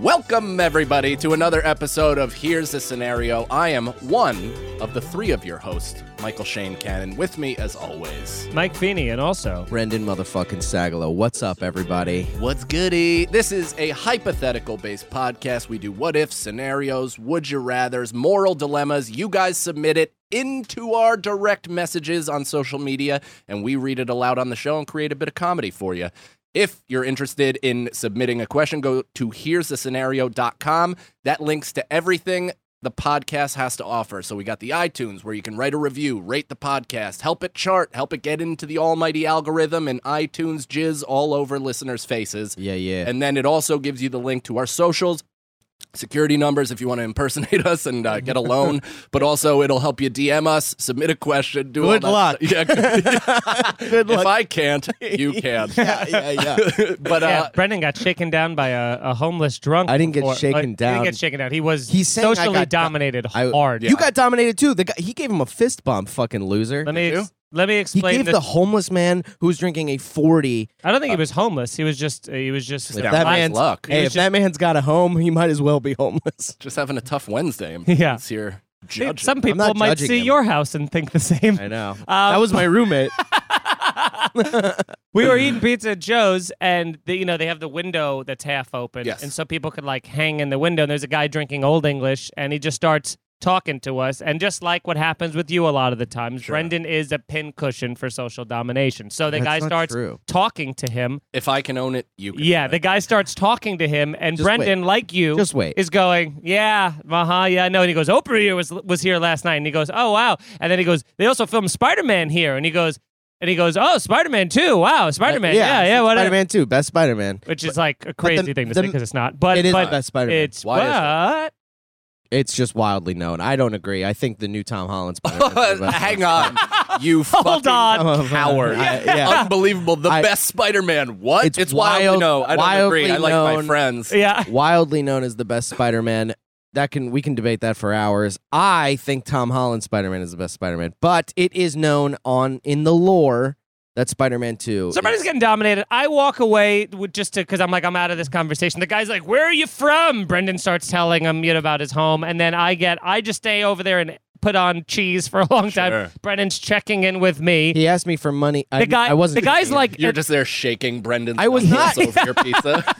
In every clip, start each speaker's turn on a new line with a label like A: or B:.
A: Welcome, everybody, to another episode of Here's the Scenario. I am one of the three of your hosts, Michael Shane Cannon, with me as always.
B: Mike Feeney, and also
C: Brendan motherfucking Sagalo. What's up, everybody?
A: What's goody? This is a hypothetical based podcast. We do what if scenarios, would you rathers, moral dilemmas. You guys submit it into our direct messages on social media, and we read it aloud on the show and create a bit of comedy for you. If you're interested in submitting a question, go to here's the scenario.com. That links to everything the podcast has to offer. So we got the iTunes where you can write a review, rate the podcast, help it chart, help it get into the almighty algorithm and iTunes jizz all over listeners' faces.
C: Yeah, yeah.
A: And then it also gives you the link to our socials, security numbers if you want to impersonate us and uh, get a loan. but also, it'll help you DM us, submit a question, do all
C: Good
A: that
C: luck.
A: stuff. Yeah, good-
C: Good
A: if I can't, you can.
C: yeah, yeah, yeah.
A: but
B: yeah,
A: uh,
B: Brendan got shaken down by a, a homeless drunk.
C: I didn't get
B: before-
C: shaken
B: uh, he
C: down.
B: didn't get shaken down. He was
C: He's saying I
B: socially
C: got do-
B: dominated
C: I-
B: hard.
C: You got dominated too. The guy, he gave him a fist bump, fucking loser.
B: Let me
A: Did you?
B: ex- let me
C: he
B: explain
C: gave
B: this.
C: the homeless man who's drinking a 40.
B: I don't think he was homeless. He was just he was just
C: If
A: Yeah,
C: that
A: nice
C: man's,
A: luck.
C: Hey,
B: He
C: if
B: was
C: that man's got a home, he might as well be homeless.
A: just having a tough Wednesday. I'm
B: Yeah.
A: here judging.
B: some people
C: not
B: might
C: judging
B: see
C: him.
B: your house and think the same.
C: I know.
B: Um,
C: that was my roommate.
B: we were eating pizza at Joe's, and the, you know they have the window that's half open,
A: Yes.
B: and so people could like hang in the window. And there's a guy drinking Old English, and he just starts talking to us. And just like what happens with you a lot of the times, Brendan is a pin cushion for social domination. So the
C: That's
B: guy
C: not
B: starts
C: true.
B: talking to him.
A: if I can own it, you can.
B: Yeah, the guy starts talking to him, and
C: Just
B: Brendan,
C: wait.
B: like you,
C: Just wait.
B: is going, yeah, uh-huh, yeah, no. And he goes, Oprah here was was here last night, and he goes, oh wow. And then he goes, they also filmed Spider Man here, and he goes, and he goes, oh Spider Man too, wow, Spider Man, yeah, yeah, whatever.
C: Spider Man 2, best Spider Man.
B: Which is like a crazy thing to
C: the-
B: say because it's not, but
C: it is
B: but
C: the best Spider Man.
B: it's
A: Why is that?
B: what
C: It's just wildly known. I don't agree. I think the new Tom Holland Spider Man.
A: Hang on, you
B: Hold
A: fucking
B: on.
A: coward!
C: I- yeah.
A: Unbelievable! The
C: I-
A: best Spider-Man. What?
C: It's
A: wild.
C: wild-
A: no, I don't agree.
C: wildly
A: I like my
C: known.
A: friends.
B: yeah.
C: wildly known as the best Spider-Man. That can we can debate that for hours. I think Tom Holland Spider-Man is the best Spider-Man, but it is known on in the lore that Spider-Man Two.
B: Somebody's
C: is-
B: getting dominated. I walk away with just to because I'm like I'm out of this conversation. The guy's like, "Where are you from?" Brendan starts telling him you know, about his home, and then I get I just stay over there and put on cheese for a long
A: Sure.
B: time. Brendan's checking in with me.
C: He asked me for money. I,
B: The guy,
C: I wasn't.
B: the guy's like,
A: You're just there shaking Brendan's.
C: I was
A: knuckles
C: not-
A: over your pizza.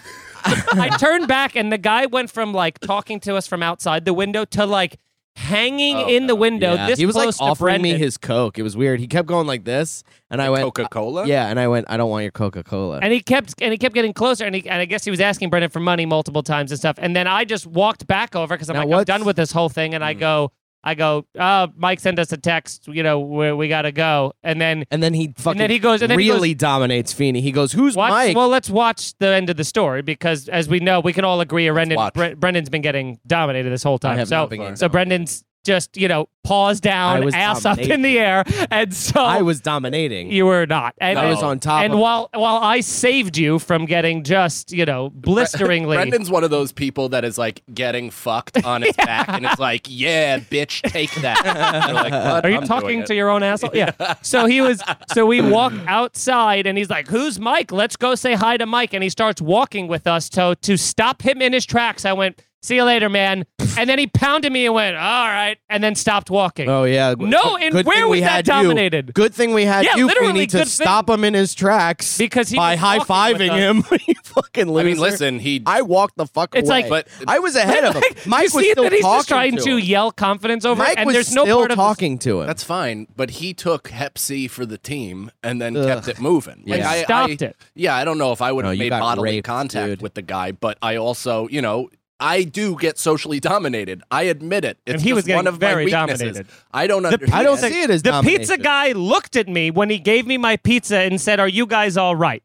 B: I turned back, and the guy went from like talking to us from outside the window to like hanging
A: Oh,
B: in the
A: God.
B: window.
C: Yeah.
B: This
C: he was like
B: close to
C: offering me
B: Brendan.
C: his Coke. It was weird. He kept going like this, and I went, uh,
A: Coca-Cola.
C: yeah, and I went, I don't want your Coca-Cola.
B: And he kept and he kept getting closer, and, he, and I guess he was asking Brendan for money multiple times and stuff. And then I just walked back over because I'm
C: Now
B: like,
C: what's- Mm.
B: I'm done with this whole thing, and I go, I go, oh, Mike sent us a text, you know, where we gotta go, and then
C: And then he fucking
B: then he goes- and then he
C: really dominates Feeney. He goes, "Who's
B: watch.
C: Mike?"
B: Well, let's watch the end of the story because, as we know, we can all agree, Brendan,
A: watch.
B: Bre- Brendan's been getting dominated this whole time.
C: have
B: So,
C: not been getting
B: so Brendan's just you know paws
C: I
B: down,
C: was
B: ass up in the air, and so
C: I was dominating.
B: you were not. And
C: I was on top.
B: and
C: of
B: while while I saved you from getting just you know blisteringly,
A: Brendan's one of those people that is like getting fucked on his back, and it's like, "Yeah, bitch, take that." You're like, "What?
B: are you
A: I'm doing
B: talking
A: it."
B: to your own asshole? Yeah. So he was. So we walk outside, and he's like, "Who's Mike? Let's go say hi to Mike." And he starts walking with us. So to stop him in his tracks, I went, "See you later, man." And then he pounded me and went, "All right," and then stopped walking.
C: Oh yeah.
B: No, and where
C: thing
B: was
C: we
B: that
C: had
B: dominated?
C: You. Good thing we had
B: Yeah,
C: you,
B: literally
C: Queenie, to
B: good thing.
C: stop him in his tracks
B: Because he
C: by
B: was
C: high
B: walking with
C: fiving
B: us.
C: him. you fucking loser.
A: I mean, listen, he.
C: I walked the fuck
B: It's
C: away.
B: like-
A: But-
C: I was ahead of him. Mike
B: you
C: was
B: see
C: still
B: that he's
C: talking
B: just trying
C: to,
B: to,
C: him.
B: yell confidence over, it,
C: Mike
B: and
C: was
B: there's
C: still
B: no part of the
C: talking to him.
A: That's fine, but he took Hep C for the team and then
C: Ugh.
A: kept it moving.
C: Yeah.
A: I,
B: Stopped
A: I-
B: it.
A: Yeah, I don't know if I would
C: No,
A: have
C: you
A: made
C: got
A: bodily
C: raped,
A: contact
C: dude.
A: with the guy, but I also, you know, I do get socially dominated. I admit it. It's
B: And he
A: just
B: was getting
A: one of
B: very
A: my weaknesses.
B: dominated.
A: I don't understand.
C: I don't see it as
B: the
C: domination.
B: pizza guy looked at me when he gave me my pizza and said, "Are you guys all right?"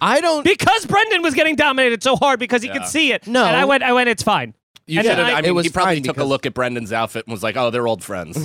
C: I don't.
B: Because Brendan was getting dominated so hard because he
A: Yeah.
B: could see it.
C: No.
B: and I went, I went, it's fine.
A: You
B: And
A: should have.
B: I-
A: I,
C: It
A: mean,
C: was
A: he probably
C: fine
A: took a
C: because-
A: look at Brendan's outfit and was like, "Oh, they're old friends."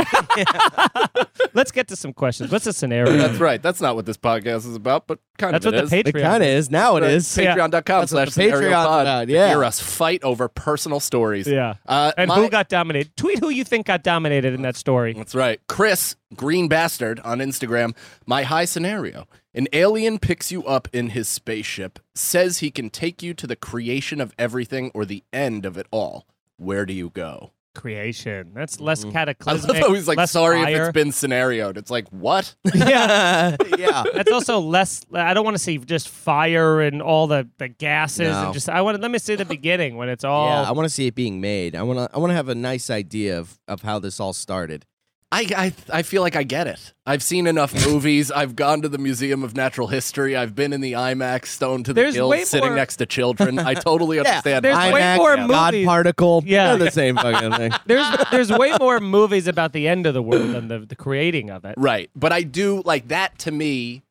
B: Let's get to some questions. What's the scenario?
A: That's right. That's not what this podcast is about, but kind
B: That's
A: of
B: what
A: it
B: the
A: is.
B: Patreon.
C: It kind of is now. It
A: Right.
C: is.
B: Yeah.
A: Patreon.com
C: That's what
A: slash
C: the
A: scenario
C: Patreon's
A: pod.
C: about, yeah.
A: Hear us fight over personal stories.
B: Yeah.
A: Uh,
B: and
A: my-
B: who got dominated? Tweet who you think got dominated in that story.
A: That's right. Chris, green bastard on Instagram. My high scenario. An alien picks you up in his spaceship, says he can take you to the creation of everything or the end of it all. Where do you go?
B: Creation. That's
C: Mm-hmm.
B: less
A: I
B: cataclysmic.
A: love how he's like,
B: less
A: sorry if
B: fire.
A: it's been scenarioed. It's like, what?
B: yeah.
C: yeah.
B: That's also less. I don't want to see just fire and all the, the gases
C: No.
B: and just. I want to let me see the beginning when it's all.
C: Yeah, I want to see it being made. I want to. I want to have a nice idea of, of how this all started.
A: I, I I feel like I get it. I've seen enough movies. I've gone to the Museum of Natural History. I've been in the IMAX, stoned to the
B: There's
A: gills,
B: way
A: sitting
B: more-
A: next to children. I totally understand.
B: there's
A: I-
B: way
C: IMAX,
B: more
C: God
B: movies.
C: particle.
B: Yeah.
C: they're the same fucking thing.
B: There's there's way more movies about the end of the world than the, the creating of it.
A: Right. But I do like that to me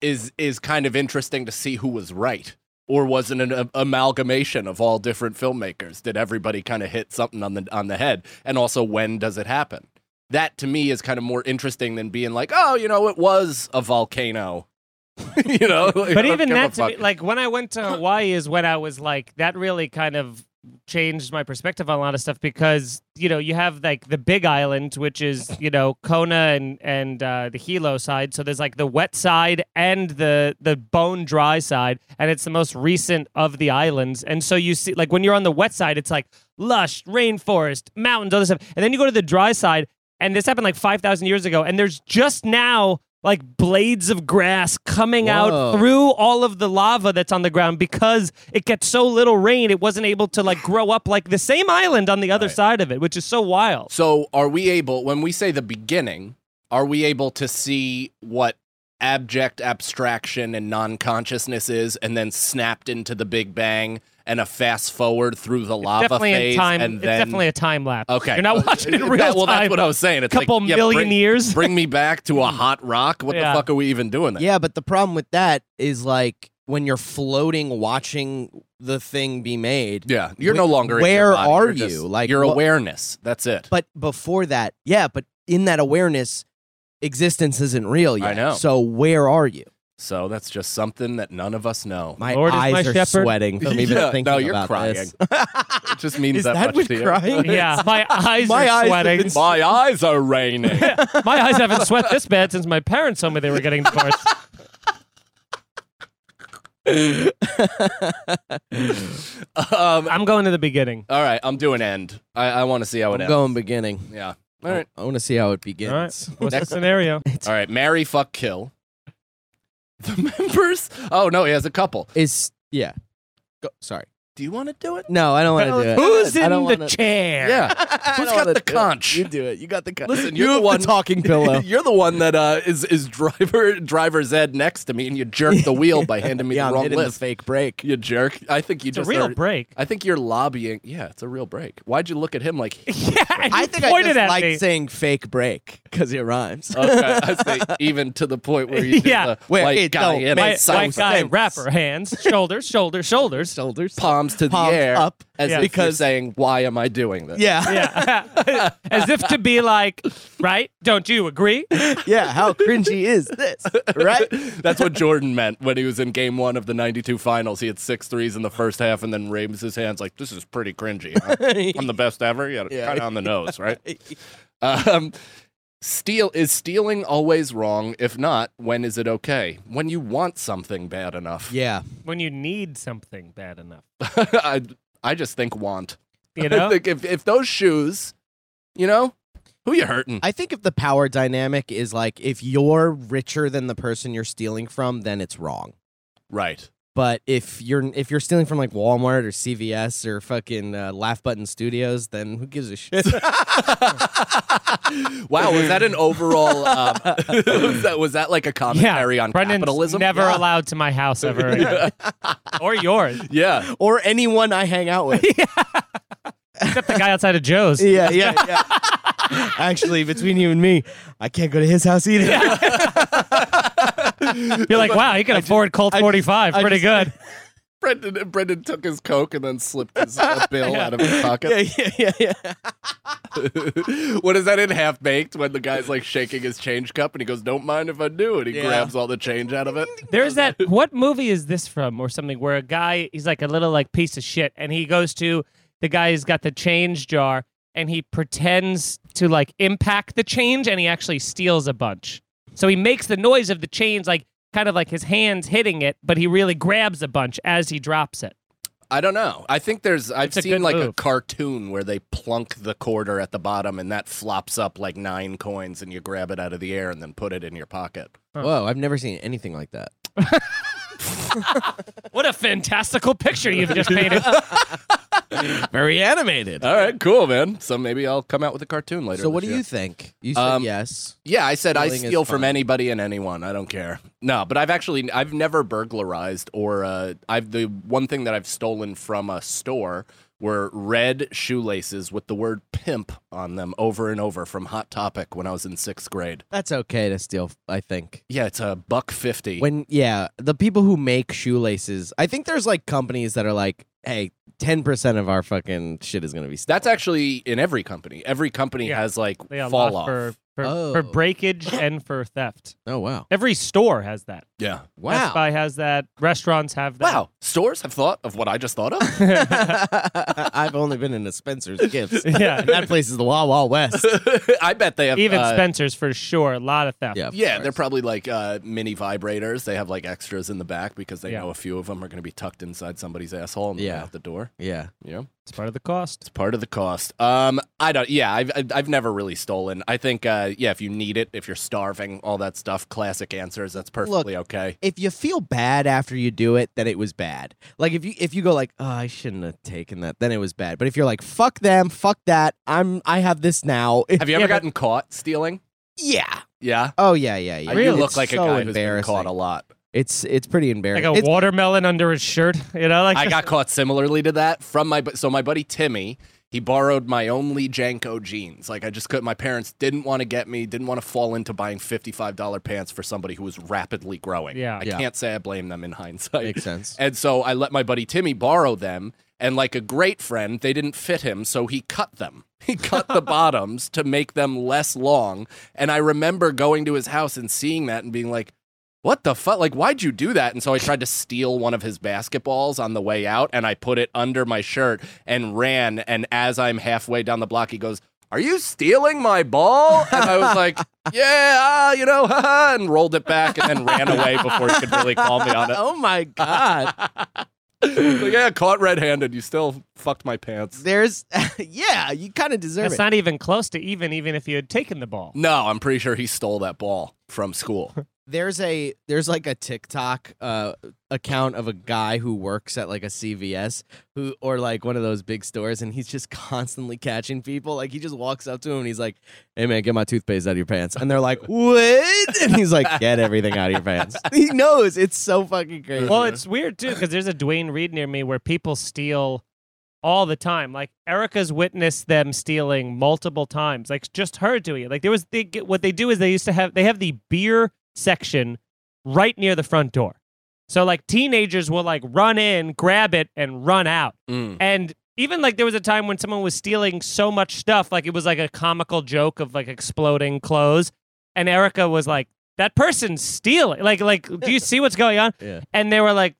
A: is is kind of interesting to see who was right or was it an a- amalgamation of all different filmmakers? Did everybody kind of hit something on the on the head? And also when does it happen? That to me is kind of more interesting than being like, "Oh, you know, it was a volcano." you know, like, I
B: But
A: don't
B: even
A: give a
B: that, to me,
A: fuck.
B: like when I went to Hawaii, is when I was like that. Really, kind of changed my perspective on a lot of stuff because you know you have like the Big Island, which is you know Kona and and uh, the Hilo side. So there's like the wet side and the the bone dry side, and it's the most recent of the islands. And so you see, like when you're on the wet side, it's like lush rainforest, mountains, all this stuff, and then you go to the dry side, and this happened like five thousand years ago, and there's just now. Like blades of grass coming
C: Whoa.
B: out through through all of the lava that's on the ground because it gets so little rain it wasn't able to like grow up like the same island on the other side of it which is so wild
A: So, are we able, when we say the beginning, are we able to see what abject abstraction and non consciousness is and then snapped into the Big Bang and a fast forward through the lava
B: definitely
A: phase?
B: a time
A: And
B: it's
A: then,
B: definitely a time lapse
A: Okay.
B: you're not watching it in real
A: That- well,
B: time
A: that's what I was saying. It's
B: couple
A: like, yeah,
B: million
A: bring,
B: years
A: bring me back to a hot rock. What
B: Yeah.
A: the fuck are we even doing there?
C: Yeah, but the problem with that is like when you're floating, watching the thing be made.
A: Yeah, you're no longer. in
C: Where
A: your body.
C: are
A: You're just-
C: you? Like,
A: your
C: what-
A: awareness. That's it.
C: But before that, yeah, but in that awareness, existence isn't real yet.
A: I know.
C: So where are you?
A: So that's just something that none of us know.
C: My
B: Lord is
C: eyes
B: my
C: are
B: shepherd.
C: sweating from even
A: Yeah,
C: thinking
A: no, you're
C: about
A: crying.
C: this.
A: It just means
C: is
A: that,
C: that
A: much
C: what
A: to you.
C: crying? is?
B: yeah my eyes
C: My
B: are
C: eyes have
B: sweating
C: been
A: My eyes are raining.
B: my eyes haven't sweat this bad since my parents told me they were getting divorced
A: um,
B: i'm going to the beginning
A: All right, I'm doing end. I, I want to see how it
C: I'm
A: ends.
C: going beginning.
A: Yeah. All right.
C: I want to see how it
B: all right
C: begins.
B: what's the
A: Next.
B: scenario
A: All right. Marry, fuck, kill. The members. Oh no, he has a couple.
C: Is yeah. Go, sorry.
A: Do you want to do it?
C: No, I don't want to do it.
B: who's
C: I
B: in
C: don't
B: the
C: wanna-
B: chair
A: Yeah. Who's got the conch?
C: You do it. You got the conch.
A: Listen,
C: you
A: you're the
C: have
A: one-
C: talking pillow.
A: You're the one that uh, is is driver driver's ed next to me, and you jerk the wheel by handing me
C: yeah,
A: the
C: I'm
A: wrong
C: hitting
A: list.
C: the fake break.
A: you jerk. I think you
B: it's a
A: just
B: real
A: are-
B: break
A: I think you're lobbying. Yeah, it's a real break. Why'd you look at him like?
B: yeah and
C: I
B: you
C: think I
B: pointed
C: just
B: at
C: like
B: me
C: saying fake break because it rhymes.
A: Okay, I say uh, even to the point where you do
B: Yeah.
A: the
C: Where
A: white
C: it
A: guy
C: don't
A: in
C: make
A: the
B: White,
C: so
B: white guy,
C: sense.
B: rapper, hands, shoulders, shoulders, shoulders.
C: Shoulders
A: palms to the
C: Palms
A: air
C: up.
A: as
B: Yeah.
A: if because
C: Because-
A: saying why am I doing this?
C: Yeah, yeah,
B: Yeah. As if to be like, right? Don't you agree?
C: yeah. How cringy is this? Right?
A: That's what Jordan meant when he was in game one of the 92 finals. He had six threes in the first half and then raises his hands like, this is pretty cringy. I'm, I'm the best ever. Yeah,
C: Yeah.
A: kind of on the nose, right? Um, steal is stealing always wrong? If not, when is it okay? When you want something bad enough.
C: Yeah.
B: When you need something bad enough,
A: I, I just think want.
B: you
A: I
B: know.
A: think if, if those shoes, you know, who you hurting?
C: I think if the power dynamic is like if you're richer than the person you're stealing from, then it's wrong.
A: right.
C: But if you're if you're stealing from like Walmart or CVS or fucking uh, Laugh Button Studios, then who gives a shit?
A: wow, was that an overall? Um, was, that, was that like a commentary on
B: Brendan's
A: capitalism?
B: never
A: yeah.
B: allowed to my house ever, again. or yours,
A: yeah,
C: or anyone I hang out with.
B: except the guy outside of Joe's.
C: yeah, yeah, yeah. Actually, between you and me, I can't go to his house either.
B: You're like, wow, he can afford Colt 45,
C: I
B: pretty
C: just-
B: good.
A: Brendan Brendan took his coke and then slipped his uh, bill out of his pocket.
C: yeah, yeah, yeah.
A: what is that in Half Baked when the guy's like shaking his change cup and he goes, "Don't mind if I do," and he
C: Yeah.
A: grabs all the change out of it.
B: There's that. What movie is this from, or something? Where a guy he's like a little like piece of shit, and he goes to the guy's got the change jar, and he pretends to like impact the change, and he actually steals a bunch. So he makes the noise of the change, like kind of like his hands hitting it, but he really grabs a bunch as he drops it.
A: I don't know. I think there's. I've
B: It's a
A: seen
B: good
A: like a
B: move.
A: cartoon where they plunk the quarter at the bottom and that flops up like nine coins, and you grab it out of the air and then put it in your pocket.
C: Whoa, I've never seen anything like that.
B: What a fantastical picture you've just painted.
C: Very animated.
A: All right, cool, man. So maybe I'll come out with a cartoon later.
C: Uh, So, what
A: this
C: do
A: year.
C: you think? You said
A: Um,
C: yes.
A: Yeah, I said I
C: Stealing is
A: steal from
C: fun.
A: anybody and anyone. I don't care. No, but I've actually I've never burglarized or uh, I've the one thing that I've stolen from a store were red shoelaces with the word pimp on them over and over from Hot Topic when I was in sixth grade.
C: That's okay to steal. I think.
A: Yeah, it's a buck fifty.
C: When yeah, the people who make shoelaces, I think there's like companies that are like, hey, ten percent of our fucking shit is gonna be stolen.
A: That's actually in every company. Every company
B: Yeah.
A: has like
B: They unlock
A: fall off.
B: for for,
C: Oh.
B: for breakage and for theft.
C: oh wow,
B: Every store has that.
A: yeah.
C: wow,
B: Best Buy has that. Restaurants have that.
A: Wow. Stores have thought of what I just thought of.
C: I've only been in a Spencer's Gifts.
B: Yeah.
C: and that place is the Wild Wild West.
A: I bet they have
B: Even
A: uh,
B: Spencer's for sure. A lot of theft.
C: Yeah, of
A: Yeah, they're
C: course.
A: probably like uh, mini vibrators. They have like extras in the back because they
B: Yeah.
A: know a few of them are going to be tucked inside somebody's asshole and yeah.
C: Yeah.
A: out the door.
C: yeah.
A: Yeah,
B: It's part of the cost.
A: it's part of the cost. Um, I don't. Yeah, I've I've- I've never really stolen. I think uh, yeah, if you need it, if you're starving, all that stuff. Classic answers. That's perfectly okay.
C: If you feel bad after you do it, then it was bad. Like if you if you go like, oh, I shouldn't have taken that, then it was bad. But if you're like, fuck them, fuck that, I'm I have this now.
A: Have you ever gotten caught stealing?
C: yeah.
A: Yeah,
C: Oh yeah, yeah, yeah.
A: I do
B: Really?
A: look
C: It's
A: like a
C: so
A: guy who's been
C: embarrassing.
A: caught a lot.
C: It's it's pretty
B: Like
C: embarrassing.
B: a
C: It's-
B: watermelon under his shirt. You know, like
A: I got caught similarly to that from my bu- so my buddy Timmy. He borrowed my only Janko jeans. Like I just could. My parents didn't want to get me. Didn't want to fall into buying fifty-five dollar pants for somebody who was rapidly growing.
B: Yeah.
A: I
C: Yeah.
A: can't say I blame them in hindsight.
C: Makes sense.
A: And so I let my buddy Timmy borrow them. And like a great friend, they didn't fit him, so he cut them. He cut the bottoms to make them less long. And I remember going to his house and seeing that and being like, what the fuck? Like, why'd you do that? And so I tried to steal one of his basketballs on the way out and I put it under my shirt and ran. And as I'm halfway down the block, he goes, Are you stealing my ball? And I was like, Yeah, ah, you know, haha, and rolled it back and then ran away before he could really call me on it.
C: oh my god.
A: Like, yeah, caught red handed. You still fucked my pants.
C: There's, yeah, you kind of deserve
B: That's
C: it.
B: not even close to even, even if you had taken the ball.
A: No, I'm pretty sure he stole that ball from school.
C: there's a there's like a TikTok uh, account of a guy who works at like a CVS who or like one of those big stores, and he's just constantly catching people. Like he just walks up to him and he's like, "Hey man, get my toothpaste out of your pants," and they're like, "What?" and he's like, "Get everything out of your pants." he knows it's so fucking crazy.
B: Well,
A: Mm-hmm.
B: it's weird too because there's a Dwayne Reed near me where people steal all the time. Like Erica's witnessed them stealing multiple times. Like just her doing it. Like there was they, what they do is they used to have they have the beer section right near the front door. So like teenagers will like run in, grab it, and run out.
A: Mm.
B: And even like there was a time when someone was stealing so much stuff, like it was like a comical joke of like exploding clothes. And Erica was like, "That person's stealing." Like, like, do you see what's going on?
C: Yeah.
B: And they were like,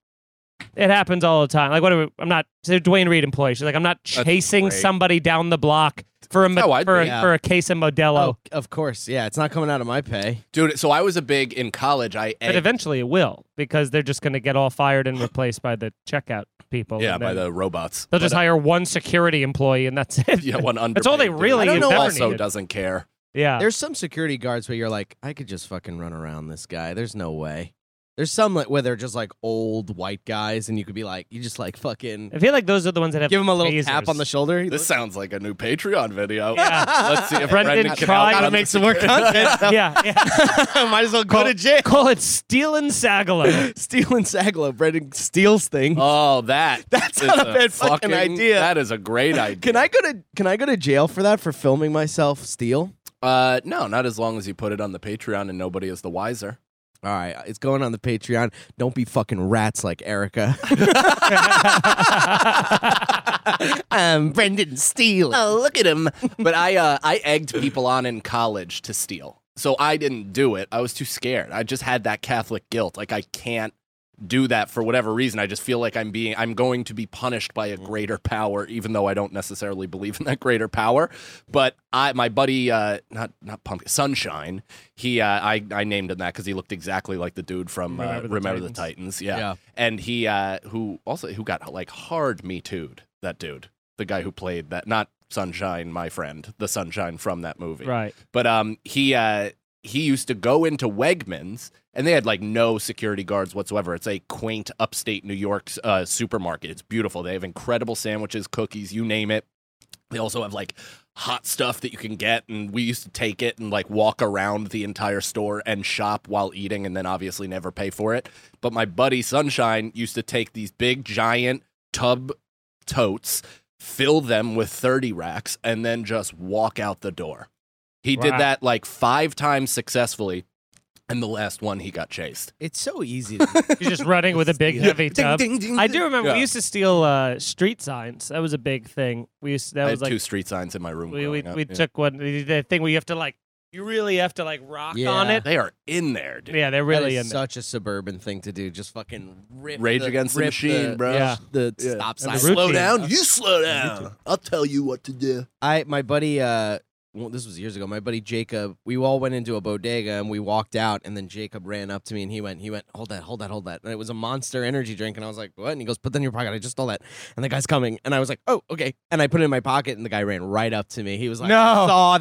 B: "It happens all the time." Like, what? Are we, I'm not. So Dwayne Reed employee. She's like, "I'm not chasing
A: great.
B: somebody down the block for a mo-
A: how I'd
B: for a,
A: be.
B: for a case of Modelo."
C: oh, of course, yeah, it's not coming out of my pay.
A: Dude, so I was a big in college. I
B: But eventually it will because they're just going to get all fired and replaced by the checkout people.
A: yeah,
B: and
A: by
B: then
A: the robots.
B: They'll just
A: But, uh,
B: hire one security employee and that's it.
A: yeah, one under.
B: That's all they really
A: I don't know.
C: have ever
A: Also,
B: needed.
A: doesn't care.
B: yeah.
C: There's some security guards where you're like, I could just fucking run around this guy. There's no way. There's some like where they're just like old white guys, and you could be like, you just like fucking
B: I feel like those are the ones that have
C: give him a little
B: tasers.
C: tap on the shoulder. He
A: This
C: looks-
A: sounds like a new Patreon video.
B: Yeah.
A: Let's see if
B: Brendan
A: Brendan, can
B: tried
A: outgun
B: to
A: us.
B: make
C: some more content.
B: yeah, yeah.
C: Might as well go
B: Call-
C: to jail.
B: Call it stealing Sagalo.
C: Stealing Sagalo, Brendan steals things.
A: Oh, that.
C: That's
A: is
C: not a bad fucking idea.
A: That is a great idea.
C: can I go to Can I go to jail for that for filming myself steal?
A: Uh, no, not as long as you put it on the Patreon and nobody is the wiser.
C: All right, it's going on the Patreon. Don't be fucking rats like Erica. um, Brendan Steele.
A: Oh, look at him. but I uh, I egged people on in college to steal. So I didn't do it. I was too scared. I just had that Catholic guilt. Like I can't do that for whatever reason. I just feel like I'm being I'm going to be punished by a greater power, even though I don't necessarily believe in that greater power. But I my buddy uh not not pumpkin sunshine, he uh I, I named him that because he looked exactly like the dude from uh, Remember,
B: Remember
A: the,
B: the
A: Titans.
B: Titans.
A: Yeah.
C: Yeah.
A: And he uh who also who got like hard me too'd, that dude. The guy who played that not Sunshine, my friend, the Sunshine from that movie.
B: right.
A: But um, he uh, he used to go into Wegmans, and they had like no security guards whatsoever. It's a quaint upstate New York uh, supermarket. It's beautiful. They have incredible sandwiches, cookies, you name it. They also have like hot stuff that you can get, and we used to take it and like walk around the entire store and shop while eating, and then obviously never pay for it. But my buddy Sunshine used to take these big giant tub totes, fill them with thirty racks, and then just walk out the door. He did
B: Wow.
A: that like five times successfully, and the last one he got chased.
C: It's so easy. To-
B: You're just running with a big heavy tub. I do remember
A: Yeah.
B: we used to steal uh, street signs. That was a big thing. We used to, that
A: I
B: was
A: had
B: like
A: two street signs in my room.
B: we we,
A: growing up,
B: we
A: yeah.
B: took one the the thing where you have to like you really have to like rock
C: Yeah.
B: on it.
A: They are in there, dude.
B: Yeah, they're really
C: that
B: in
C: is
B: there.
C: such a suburban thing to do. Just fucking rip
A: Rage
C: the-
A: against the
C: rip
A: machine,
C: the,
A: bro.
B: Yeah.
C: The
A: Yeah.
C: stop
B: And
C: sign.
B: the routine.
A: Slow down. You slow down. I'll tell you what to do.
C: I my buddy uh well, this was years ago. My buddy Jacob, we all went into a bodega and we walked out, and then Jacob ran up to me and he went, he went, hold that, hold that, hold that, and it was a Monster Energy drink, and I was like, what? And he goes, put that in your pocket. I just stole that, and the guy's coming, and I was like, oh, okay, and I put it in my pocket, and the guy ran right up to me. He was like,
B: No.
C: "I saw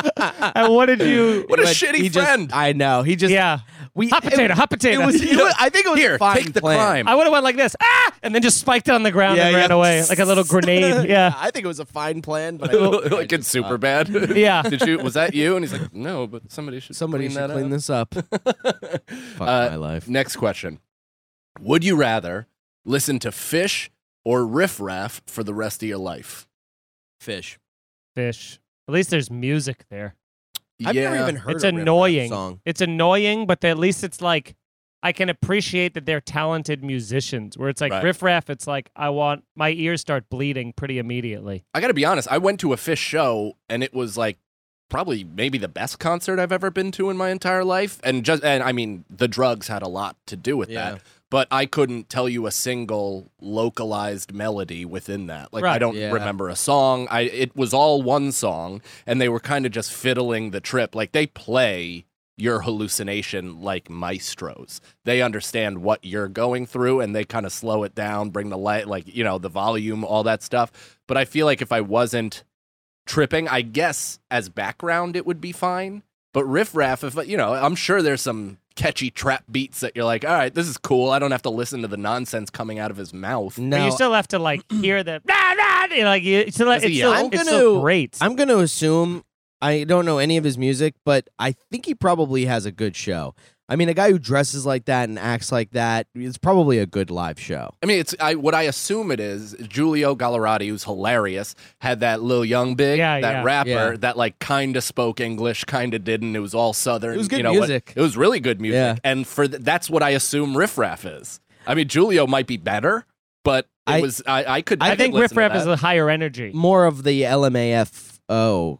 C: that.
B: and what did you?
A: What a
C: But
A: shitty
C: he just-
A: friend.
C: I know. He just
B: yeah,
C: we
B: hot
C: it-
B: potato, hot
C: It
B: potato.
C: was, it was- I think it was
A: Here,
C: a fine
A: take the
C: plan.
A: crime.
B: I would have went like this, ah, and then just spiked it on the ground and ran away like a little grenade. Yeah,
C: I think it was a fine plan, but I think I
A: like it's
C: just uh, thought-
A: super bad.
B: Yeah.
A: Did you? Was that you? And he's like, no, but somebody should.
C: Somebody
A: clean
C: should
A: that
C: clean
A: up.
C: this up. Fuck
A: Uh,
C: my life.
A: Next question. Would you rather listen to Fish or Riff Raff for the rest of your life?
C: Fish.
B: fish. At least there's music there.
C: I've never even heard
B: It's
C: a Riff Raff
B: annoying.
C: song.
B: It's annoying, but at least it's like I can appreciate that they're talented musicians. Where it's like
A: Right.
B: riff raff, it's like I want my ears start bleeding pretty immediately.
A: I got to be honest. I went to a Fish show and it was like probably maybe the best concert I've ever been to in my entire life. And just and I mean, the drugs had a lot to do with
C: Yeah.
A: that. But I couldn't tell you a single localized melody within that. Like I
B: Right.
A: don't
C: Yeah.
A: remember a song. I it was all one song, and they were kind of just fiddling the trip. Like they play your hallucination like maestros. They understand what you're going through and they kind of slow it down, bring the light, like, you know, the volume, all that stuff. But I feel like if I wasn't tripping, I guess as background, it would be fine. But Riff Raff, if, you know, I'm sure there's some catchy trap beats that you're like, all right, this is cool. I don't have to listen to the nonsense coming out of his mouth.
C: No,
B: But you still have to like hear the "Nah, nah," you know, like you, it's still,
A: Does
B: it's
A: he
B: still,
C: yell?
B: it's
C: I'm
B: still
C: gonna-
B: great.
C: I'm going to assume I don't know any of his music, but I think he probably has a good show. I mean, a guy who dresses like that and acts like that is probably a good live show.
A: I mean, it's I, what I assume it is. Giulio Gallerati, who's hilarious, had that Lil Young Big,
B: Yeah,
A: that
B: yeah.
A: rapper
C: Yeah.
A: that like kind of spoke English, kind of didn't. It was all Southern.
C: It was good
A: you know, what-
C: music.
A: It was really good music,
C: Yeah.
A: and for th- that's what I assume Riff Raff is. I mean, Giulio might be better, but it
C: I-
A: was I, I could.
B: I,
A: could
B: think
A: listen
B: riff
A: to
B: raff is
A: that.
B: a higher energy.
C: More of the LMAFO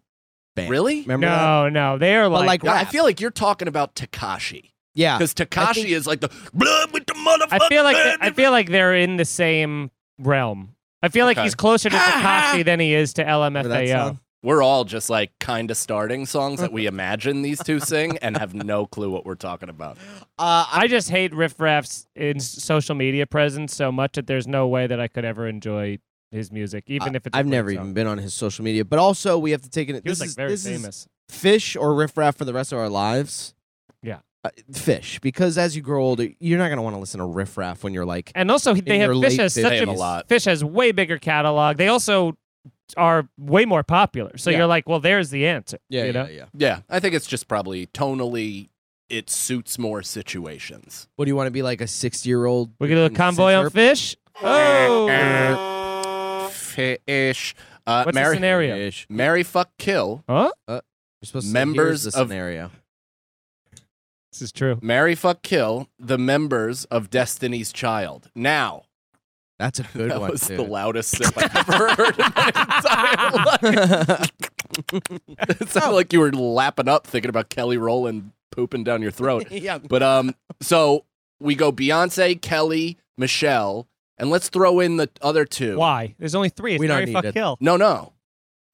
C: band.
A: Really?
C: Remember that?
B: No, no, they are like,
C: But like,
A: Yeah, I
C: rap.
A: feel like you're talking about Takashi
C: yeah.
A: because
C: I
A: Takashi
C: think-
A: is like the blood with the motherfucker.
B: I feel like I feel like they're in the same realm. I feel like
A: Okay.
B: he's closer to
A: Ha, ha.
B: Takashi than he is to
C: Remember that
B: LMFAO.
C: song?
A: we're all just like kind of starting songs that we imagine these two sing and have no clue what we're talking about.
C: Uh,
B: I just hate Riff Raff's in social media presence so much that there's no way that I could ever enjoy his music, even if it's. a
C: I've
B: great
C: never
B: song.
C: even been on his social media, but also we have to take it.
B: He was
C: this
B: like
C: is-
B: very
C: this is
B: famous.
C: Fish or riffraff for the rest of our lives.
B: Yeah.
C: uh, fish because as you grow older, you're not gonna want to listen to riffraff when you're like
B: And also, they have
C: your
B: fish
C: late
B: has such
C: fifties.
A: They
B: a,
A: have a lot.
B: fish has way bigger catalog. They also are way more popular. So
C: Yeah.
B: you're like, well, there's the answer. you know?
C: yeah.
A: Yeah, I think it's just probably tonally it suits more situations.
C: What do you want to be like a six year old?
B: We get a little convoy on fish. Oh,
A: Fish. Uh,
B: what's the
A: Mary,
B: scenario?
A: Mary fuck kill.
B: Huh?
C: You're supposed to
A: Members
C: members the
A: of-
C: scenario.
B: This is true.
A: Mary fuck kill the members of Destiny's Child. Now
C: That's a good
A: that
C: one.
A: was
C: dude.
A: the loudest sip I've ever heard in my entire life. It
B: Oh.
A: sounded like you were lapping up thinking about Kelly Rowland pooping down your throat.
C: yeah.
A: But um, so we go Beyonce, Kelly, Michelle, and let's throw in the other two.
B: Why? There's only three. It's
C: We don't
B: Mary
C: need
B: fuck
C: it.
B: kill.
A: No, no.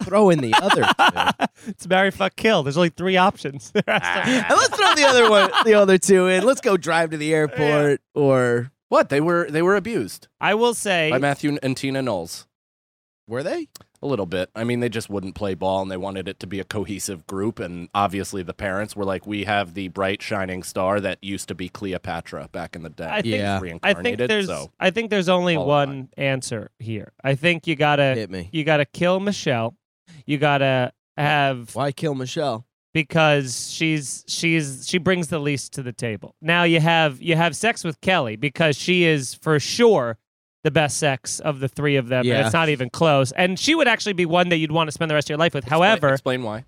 C: Throw in the other. two.
B: It's Mary fuck kill. There's only three options.
C: And let's throw the other one, the other two in. Let's go drive to the airport or
A: What they were they were abused
B: I will say
A: by Matthew and Tina Knowles
C: were they?
A: a little bit. I mean, they just wouldn't play ball, and they wanted it to be a cohesive group. And obviously, the parents were like, "We have the bright shining star that used to be Cleopatra back in the day."
B: I think-
C: Yeah.
B: I think
A: reincarnated.
B: there's
A: so
B: I think there's only
A: qualified.
B: one answer here. I think you gotta
C: Hit me.
B: you gotta kill Michelle. You gotta have
C: Why kill Michelle?
B: because she's she's she brings the least to the table. Now you have you have sex with Kelly because she is for sure the best sex of the three of them.
C: Yeah.
B: And it's not even close. And she would actually be one that you'd want to spend the rest of your life with. However,
A: explain why.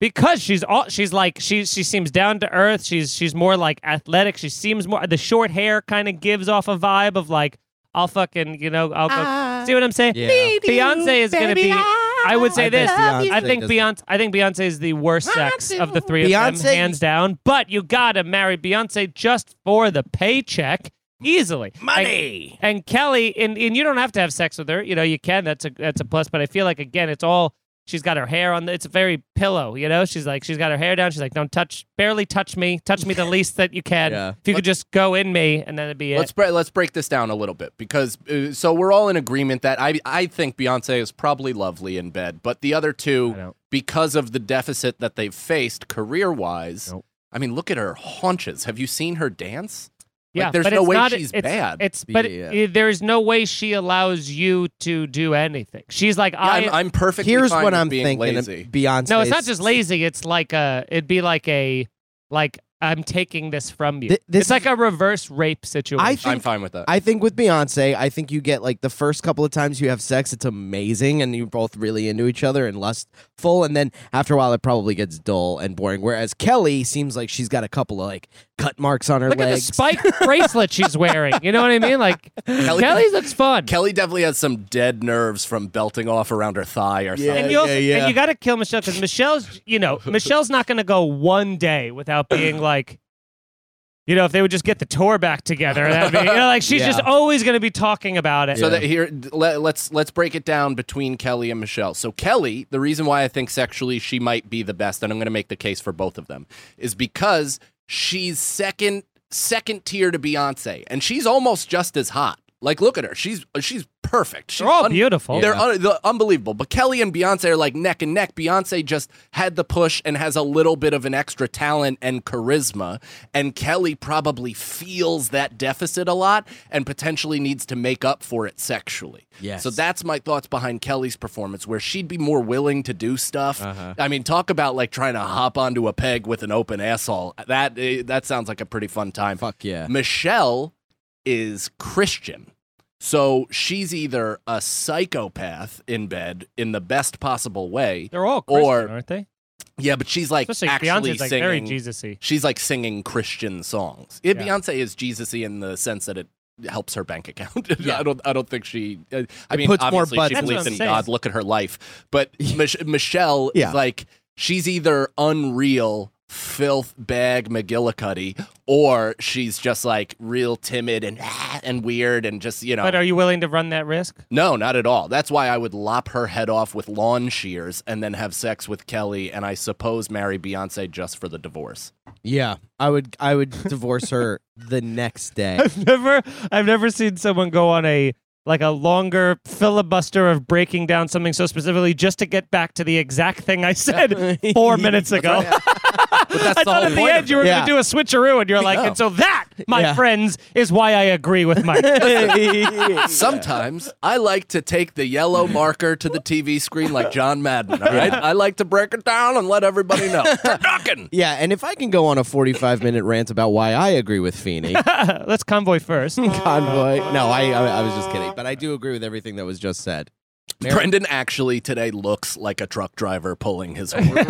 B: because she's all she's like she she seems down to earth. She's she's more like athletic. She seems more the short hair kind of gives off a vibe of like I'll fucking you know I'll go. see what I'm saying?
C: Yeah.
B: Beyonce is gonna be. I would say
C: I
B: this.
C: bet Beyonce
B: I think
C: doesn't-
B: Beyonce. I think Beyonce is the worst sex of the three of
C: Beyonce-
B: them, hands down. But you gotta marry Beyonce just for the paycheck, easily. Money. And, and Kelly, and, and you don't have to have sex with her. You know, you can. That's a that's a plus. But I feel like again, it's all. She's got her hair on. The, it's a very pillow, you know. She's like, she's got her hair down. She's like, don't touch, barely touch me, touch me the least that you can.
C: Yeah.
B: If you could just go in me, and then it'd be
A: Let's
B: it.
A: bre- let's break this down a little bit because uh, so we're all in agreement that I I think Beyonce is probably lovely in bed, but the other
B: I
A: two
B: don't.
A: because of the deficit that they've faced career wise.
B: Nope.
A: I mean, look at her haunches. Have you seen her dance?
B: Yeah,
A: there's
B: but
A: no
B: it's
A: way
B: not-
A: she's
B: it's,
A: bad. uh,
B: It's but
C: Yeah.
B: it- there is no way she allows you to do anything. She's like,
A: Yeah,
B: I.
A: I'm, I'm perfectly
C: Here's
A: fine
C: what
A: with
C: I'm
A: being
C: thinking.
A: lazy.
C: Beyonce.
B: no, it's not just lazy. It's like a. It'd be like a, like I'm taking this from you.
C: Th- this
B: it's like a reverse rape situation.
C: I think
A: I'm fine with that.
C: I think with Beyonce, I think you get like the first couple of times you have sex, it's amazing, and you're both really into each other and lustful. And then after a while, it probably gets dull and boring. Whereas Kelly seems like she's got a couple of like cut marks on her
B: Look at the
C: legs.
B: spike bracelet she's wearing. You know what I mean? Like Kelly, looks fun.
A: Kelly definitely has some dead nerves from belting off around her thigh or
C: Yeah.
A: something.
B: and you also,
C: yeah.
B: and you got to kill Michelle because Michelle's, you know, Michelle's not going to go one day without being like, you know, if they would just get the tour back together, that'd be, you know, like she's
C: Yeah.
B: just always going to be talking about it.
A: So that here, let, let's let's break it down between Kelly and Michelle. So Kelly, the reason why I think sexually she might be the best, and I'm going to make the case for both of them, is because she's second second tier to Beyonce, and she's almost just as hot. Like, look at her; she's she's perfect. She's
B: They're all
A: un-
B: beautiful.
A: They're, un- they're unbelievable. But Kelly and Beyonce are like neck and neck. Beyonce just had the push and has a little bit of an extra talent and charisma. And Kelly probably feels that deficit a lot and potentially needs to make up for it sexually.
C: Yes.
A: So that's my thoughts behind Kelly's performance, where she'd be more willing to do stuff. I mean, talk about like trying to hop onto a peg with an open asshole. That, eh, that sounds like a pretty fun time.
C: Fuck yeah.
A: Michelle is Christian. So she's either a psychopath in bed in the best possible way.
B: They're all Christian,
A: or-
B: aren't they?
A: Yeah, but she's like
B: Especially
A: actually
B: Beyonce's like
A: singing.
B: very Jesus-y.
A: she's like singing Christian songs. Yeah,
B: Yeah.
A: Beyonce is Jesusy in the sense that it helps her bank account.
C: Yeah.
A: I don't. I don't think she. Uh, I mean,
C: puts more
A: obviously
C: buttons.
A: she
B: That's what
A: believes
B: I'm
A: in
B: saying.
A: God. Look at her life. But Mich- Michelle
C: Yeah.
A: is like she's either unreal. Filth bag McGillicuddy, or she's just like real timid and ah, and weird and just you know.
B: But are you willing to run that risk?
A: No, not at all. That's why I would lop her head off with lawn shears and then have sex with Kelly and I suppose marry Beyonce just for the divorce.
C: Yeah, I would. I would divorce her the next day.
B: I've never, I've never seen someone go on a like a longer filibuster of breaking down something so specifically just to get back to the exact thing I said four minutes ago.
A: But that's the
B: I thought
A: whole
B: at the
A: point.
B: end
A: of
B: you
A: it.
B: were
C: Yeah.
B: going to do a switcheroo, and you're like, and so that, my
C: Yeah.
B: friends, is why I agree with Mike.
A: Sometimes I like to take the yellow marker to the TV screen like John Madden. All right, I like to break it down and let everybody know. They're knocking.
C: yeah, and if I can go on a 45 minute rant about why I agree with Feeney,
B: Let's convoy first.
C: convoy. No, I, I I was just kidding, but I do agree with everything that was just said.
A: Brendan actually today looks like a truck driver pulling his horse.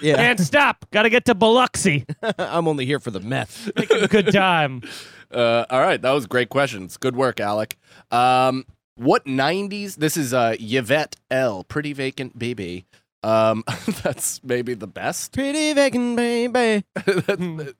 C: Yeah,
B: Can't stop. Got to get to Biloxi.
C: I'm only here for the meth.
B: Good time.
A: Uh, all right, that was great questions. Good work, Alec. Um, what '90s? This is uh, Yvette L. Pretty vacant baby. Um, that's maybe the best.
C: Pretty vacant baby.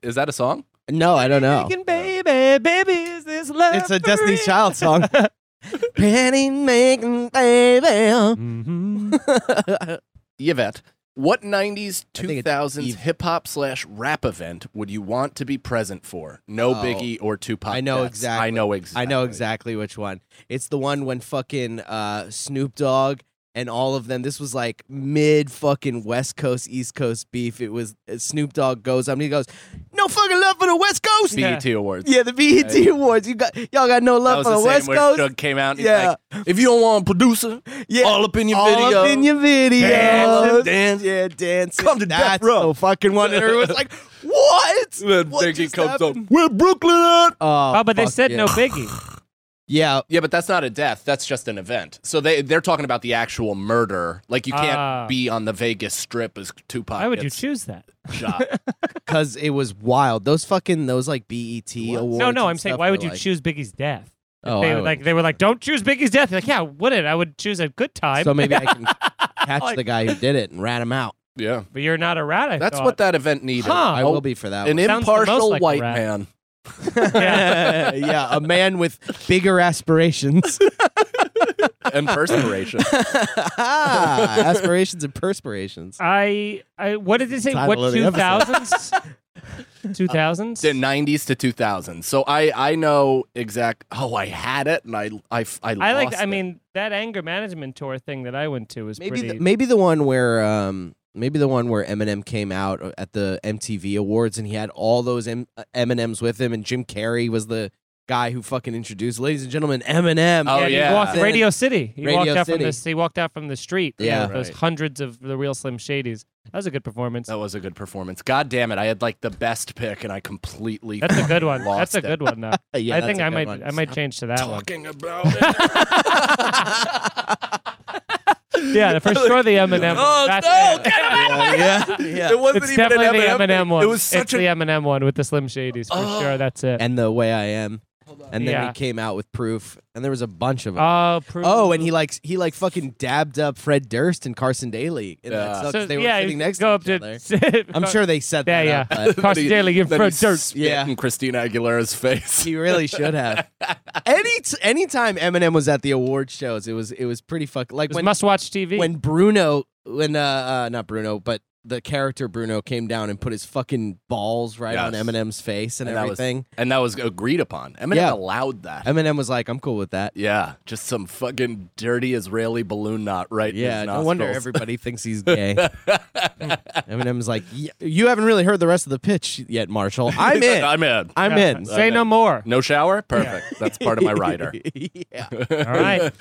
A: is that a song?
C: No, I don't know.
B: baby, baby, is this love?
C: It's a Destiny's Child song. Pretty vacant baby. Mm-hmm.
B: hmm
A: Yvette, what '90s,
C: I think it's
A: 2000s
C: Eve.
A: hip hop slash rap event would you want to be present for? No
C: Oh.
A: Biggie or Tupac.
C: I know
A: deaths.
C: exactly.
A: I know exactly.
C: I know exactly which one. It's the one when fucking uh, Snoop Dogg and all of them. This was like mid fucking West Coast East Coast beef. It was uh, Snoop Dogg goes. I mean, he goes, no fucking love for the West Coast. Yeah,
A: BET E Awards.
C: the E BET Awards. You got y'all got no
A: That
C: love
A: was
C: for the,
A: the,
C: West
A: same where
C: Coast.
A: Doug came out. And
C: Yeah.
A: yeah. Like, if you don't want a producer,
C: Yeah.
A: all up in your
C: all
A: video.
C: up in your videos.
A: Dancing, dancing.
C: Yeah, dancing.
A: Come to
C: That's
A: Death Row.
C: the fucking one. And everyone's like, what?
A: Then
C: What
A: Biggie
C: just
A: comes
C: happened?
A: up. Where Brooklyn at?
C: Oh,
B: Oh, but they
C: fuck
B: said
C: yeah.
B: no biggie.
C: Yeah,
A: Yeah, but that's not a death. That's just an event. So they they're talking about the actual murder. Like you can't
B: Ah.
A: be on the Vegas Strip as Tupac.
B: Why would you
A: gets
B: choose that?
A: shot?
C: because it was wild. Those fucking those like BET awards.
B: No, no,
C: and
B: I'm saying
C: stuff
B: why
C: were
B: would you
C: like-
B: choose Biggie's death?
C: Oh,
B: they
C: I
B: were
C: would.
B: like they were like, don't choose Biggie's death. You're like, yeah, I wouldn't. I would choose a good time.
C: so maybe I can catch
B: Like-
C: the guy who did it and rat him out.
A: yeah,
B: but you're not a rat. I
A: that's
B: thought.
A: what that event needed.
B: Huh.
C: I
A: Oh,
C: will be for that.
A: An
C: one.
B: Sounds the most
A: impartial
B: like a
A: white
B: rat.
A: man.
B: Yeah.
C: yeah, a man with bigger aspirations.
A: Impersonation.
C: Ah, aspirations and perspirations.
B: I, I what did it say?
C: Title
B: What
C: of the
B: two
C: episode. Uh,
B: thousands? Two thousands.
A: the 90s to 2000s. So I I know exact. Oh, I had it and I I I,
B: I like.
A: lost
B: I
A: it.
B: mean, that anger management tour thing that I went to was
C: Maybe
B: pretty.
C: the, maybe the one where um maybe the one where Eminem came out at the MTV Awards and he had all those M- Eminems with him and Jim Carrey was the guy who fucking introduced ladies and gentlemen Eminem.
A: Oh,
B: he
A: yeah.
B: walked
C: Then-
B: Radio City. He
C: Radio
B: walked out
C: City.
B: from this. He walked out from the street.
C: Yeah.
B: with those
A: Right.
B: hundreds of the real Slim Shadys. That was a good performance.
A: that was a good performance. God damn it! I had like the best pick and I completely
B: That's a good one.
A: Lost
B: That's a
A: it.
B: good one. Though
C: Yeah,
B: I
C: that's
B: think
C: a
B: I
C: good
B: might.
C: one.
B: I might change to that one.
A: talking about. It.
B: Yeah, for sure the Eminem.
A: Oh,
B: That's
A: no,
B: it.
C: yeah, yeah, yeah.
A: It wasn't
B: It's
A: even an
B: definitely the
A: M&M
B: Eminem
A: thing.
B: one.
A: It was such
B: it's
A: a
B: the Eminem one with the Slim Shadys for
A: Oh.
B: sure. That's it.
C: and the way I am. And then
B: Yeah.
C: he came out with proof, and there was a bunch of them.
B: Oh, proof.
C: oh, and he like he like fucking dabbed up Fred Durst and Carson Daly. And that
A: Yeah.
C: sucks.
B: So,
C: they were
B: yeah,
C: sitting next
B: go
C: to
B: up
C: each other. I'm sure they said
B: Yeah,
C: that.
B: yeah.
C: up, but
B: Carson
A: Then he-
B: Daly and
A: then he
B: Fred Durst.
A: spit
C: Yeah.
A: in Christina Aguilera's face.
C: he really should have. Any t- anytime Eminem was at the award shows, it was it was pretty fuck. Like when
B: must watch TV.
C: when Bruno when uh, uh not Bruno but the character Bruno came down and put his fucking balls right on
A: Yes.
C: Eminem's face and,
A: And that was-
C: everything.
A: and that was agreed upon. Eminem
C: Yeah.
A: allowed that.
C: Eminem was like, "I'm cool with that."
A: yeah, just some fucking dirty Israeli balloon knot right in
C: Yeah,
A: his
C: no wonder
A: nostrils.
C: everybody thinks he's gay. Eminem's like, "Y- "You haven't really heard the rest of the pitch yet, Marshall. I'm
A: He's like,
C: in.
A: I'm in.
C: I'm
B: Yeah.
C: in."
B: Say no more.
A: No shower? Perfect. That's part of my rider.
C: yeah.
B: All right.